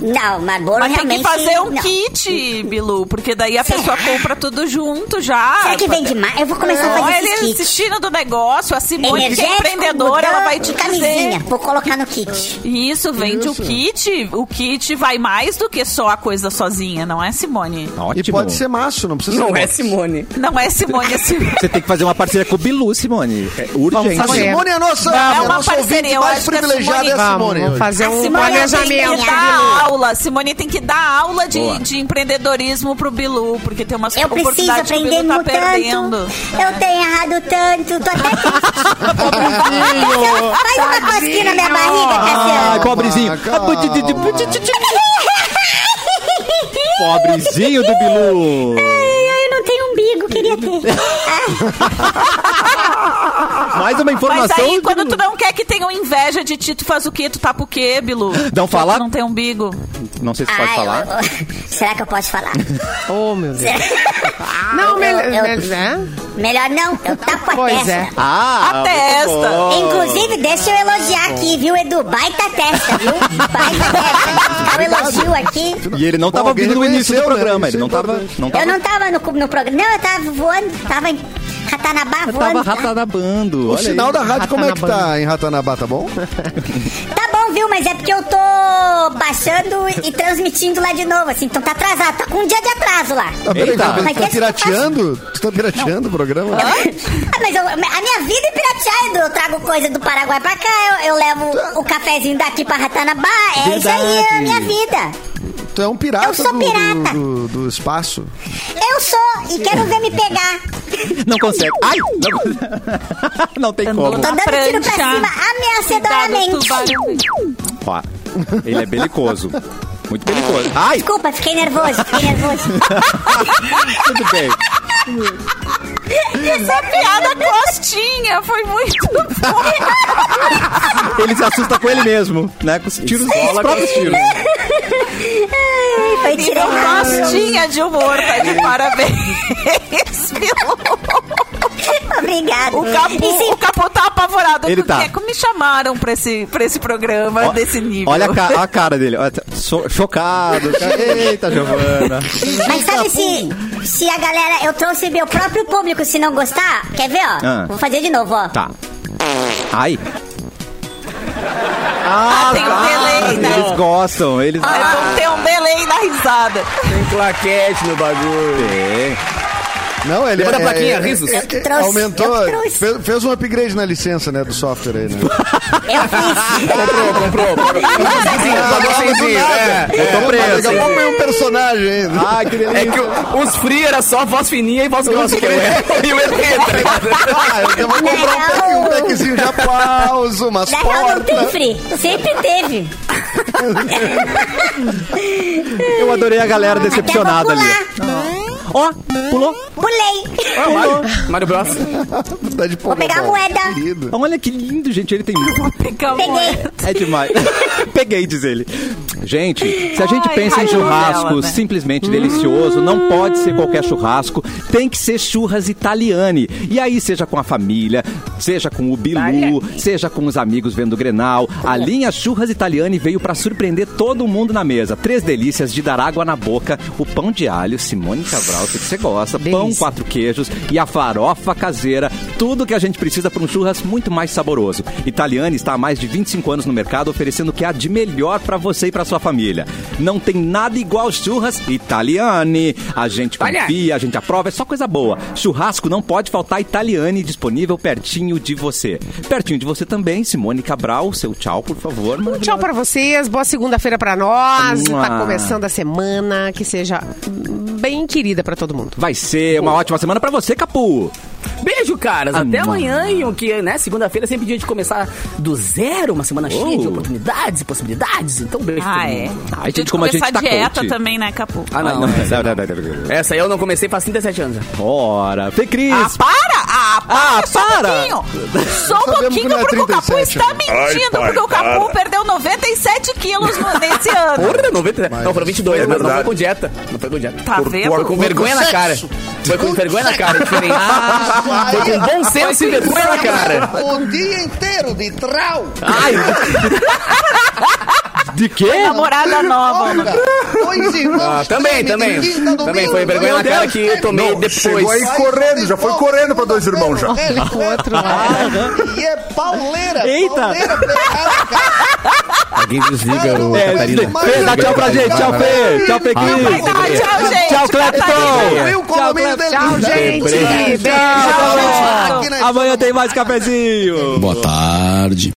Não, Marlboro Mas tem realmente... que fazer um não. kit, Bilu, porque daí a Será? pessoa compra tudo junto já. Será que vende mais? Eu vou começar a Olha, fazer esses ele kits. assistindo do negócio, a Simone, que é Energético, empreendedora, ela botão vai te e camisinha. dizer. Vou colocar no kit. Isso, vende Isso. o kit. O kit vai mais do que só a coisa sozinha, não é, Simone? Ótimo. E pode ser maço, não precisa ser Não é box. Simone. Não é, Simone, é [laughs] Simone. Você tem que fazer uma parceria com o Bilu, Simone. É urgente. A fazer. Simone é a nossa, Não, é uma a nossa parceria, ouvinte eu mais acho que a privilegiada Simone- é a Vamos, Simone. vamos hoje. fazer A um Simone tem que planejamento. tá? Bilu. dar aula. Simone tem que dar aula de, Boa. de empreendedorismo pro Bilu, porque tem umas Eu preciso oportunidades que o aprender Bilu tá muito perdendo. tanto. Eu tenho errado tanto. Tô até triste. Faz uma cosquinha na minha barriga, Ai, É Cassiano. pobrezinho. Ah, calma. Pobrezinho do Bilu. Ai, ai, eu não tenho umbigo, queria ter. Mais uma Mas informação. aí, do quando Bilu. tu não quer que tenham inveja de ti, tu faz o quê? Tu tapa o quê, Bilu? Não fala? Tu não tem umbigo. Não sei se pode Ai, falar. eu- eu- [laughs] será que eu posso falar? Oh, meu Deus. Não, eu- melhor. eu- né? Melhor não, eu Tá tapo a Pois testa. é. Ah, A testa. Inclusive, deixa eu elogiar aqui, viu, Edu? Baita testa, viu? Baita testa. Dá um elogio aqui. E ele não Bom, tava alguém ouvindo o início do reconheceu, né? programa. Ele Isso é não tava. importante. Não Eu tava. não tava no, cu- no programa. Não, eu tava voando. Tava em Ratanabá Tava voando. ratanabando. O olha aí. sinal da rádio, como é que Ratanabá. tá em Ratanabá, tá bom? Tá bom, viu? Mas é porque eu tô baixando e transmitindo lá de novo, assim. Então tá atrasado. Tá com um dia de atraso lá. Ah, peraí, Eita. peraí, tu tá Mas que- pirateando? assim. Tu tá pirateando o programa? Ah, mas eu- a minha vida é piratear, Edu. Eu trago coisa do Paraguai pra cá. Eu, eu levo o cafezinho daqui pra Ratanabá. É isso aí, é a minha vida. Tu é um pirata, Eu sou do- pirata. Do, do- do espaço. Eu sou e quero ver me pegar. Não [laughs] consegue. Ai! Não, não tem como. Tô dando tiro tá? pra cima ameaçadoramente. Cuidado, tubarão. Ó, ele é belicoso. Muito perigoso. Ai, Desculpa, fiquei nervoso, fiquei nervoso. tudo bem. Essa piada costinha foi muito boa. Ele se assusta com ele mesmo, né? Com os tiros, os próprios tiros. né? Ai, Foi Virou tirado. costinha de humor, tá de parabéns. [laughs] Obrigado. O capô, o capô tá apavorado. Ele Por quê? tá. Como me chamaram pra esse, pra esse programa Ó, é desse nível? Olha a, ca- a cara dele. Olha, tá so- chocado. Eita, Giovana. Mas sabe se, se a galera. Eu trouxe meu próprio público, se não gostar. Quer ver, ó? Ah. Vou fazer de novo, ó. Tá. Ai. Ah, tem tá. um delay, né? Eles gostam, eles Ah, é bom ter um delay na risada. Tem claquete no bagulho. É. Não, ele Lembra da é- plaquinha, é- risos? é- Eu que trouxe, aumentou, eu que trouxe. fez, fez um upgrade na licença, né, do software aí, né? [laughs] Eu fiz. Comprou, comprou. Ah, é. Eu tô preso. Daqui a pouco vem um personagem ainda. Ai, que delícia. É que o- os free era só voz fininha e voz grossa, que eu era. E o ET, tá ligado? Ah, eu vou comprar um, pack, um né, packzinho de aplauso, umas Na real, não tem portas. free. Sempre teve. Eu adorei a galera Até vou decepcionada ali. Ah. pular. Hum? Ó, pulou. Pulei. Mário, Mário Bros. Tá de Vou pegar a moeda. Querido. Olha que lindo, gente. Ele tem. Fica Peguei. É demais. [laughs] Peguei, diz ele. Gente, se a gente Ai, pensa em raiva churrasco dela, né? simplesmente delicioso, não pode ser qualquer churrasco, tem que ser churras italiane. E aí, seja com a família, seja com o Bilu, seja com os amigos vendo o Grenal, a linha Churras Italiane veio pra surpreender todo mundo na mesa. Três delícias de dar água na boca, o pão de alho, Simone Cabral, sei que você gosta, pão Delícia. quatro queijos e a farofa caseira, tudo que a gente precisa para um churras muito mais saboroso. Italiani está há mais de 25 anos no mercado oferecendo o que há de melhor para você e para sua família. Não tem nada igual churras Italiani. A gente confia, a gente aprova, é só coisa boa. Churrasco não pode faltar Italiani disponível pertinho de você. Pertinho de você também, Simone Cabral, seu tchau, por favor. Um tchau pra vocês, boa segunda-feira pra nós. Mua. Tá começando a semana, que seja bem querida pra todo mundo. Vai ser uma ótima semana para você, Capu. Beijo, caras. Até Ah, amanhã, e o que, né? Segunda-feira é sempre dia de começar do zero, uma semana cheia de Oh. oportunidades e possibilidades. Então, beijo. pra Ah, todo é. mundo. Ai, Tem gente, que como a gente começar tá dieta coach. também, né, Capu? Ah, não. é. não, não, não, não. Essa aí eu não comecei faz 37 anos. já. Ora, Fê Cris. Ah, para! Ah, para! Ah, só para! um [laughs] pouquinho! Só um Sabemos que pouquinho, não é porque o Capu 37, está né? Ai, mentindo, pai, porque o Capu para. perdeu 97 quilos no- nesse ano. Porra, 90. Não, foram 22, É mas não foi verdade. com dieta. Não foi com dieta. Tá Por- vendo? por- Foi com vergonha na cara. Ah, Foi com vergonha na [laughs] cara, diferente. Foi com bom senso e vergonha na cara. O dia inteiro de trau. Ai, De quê? Namorada nova. mano. Dois irmãos. ah, também, treme também. de quinta, domingo, Também foi vergonha na meu cara Deus. que eu tomei Não, chegou aí depois. Tá correndo, já foi correndo pra dois irmãos já. É, com outro E é pauleira. Eita. Pauleira pegada, cara. Alguém desliga o É, Catarina. Fê, né? dá tchau pra gente. Tchau, Fê. Tchau, Fê Vai Cris. dar tchau, gente. Tchau, Catarina. Clepton. Viu como o meio dele. tá, Tchau, gente. Tchau, Beijo. gente. Tchau, Aqui na Amanhã tem mais cafezinho. Boa tarde.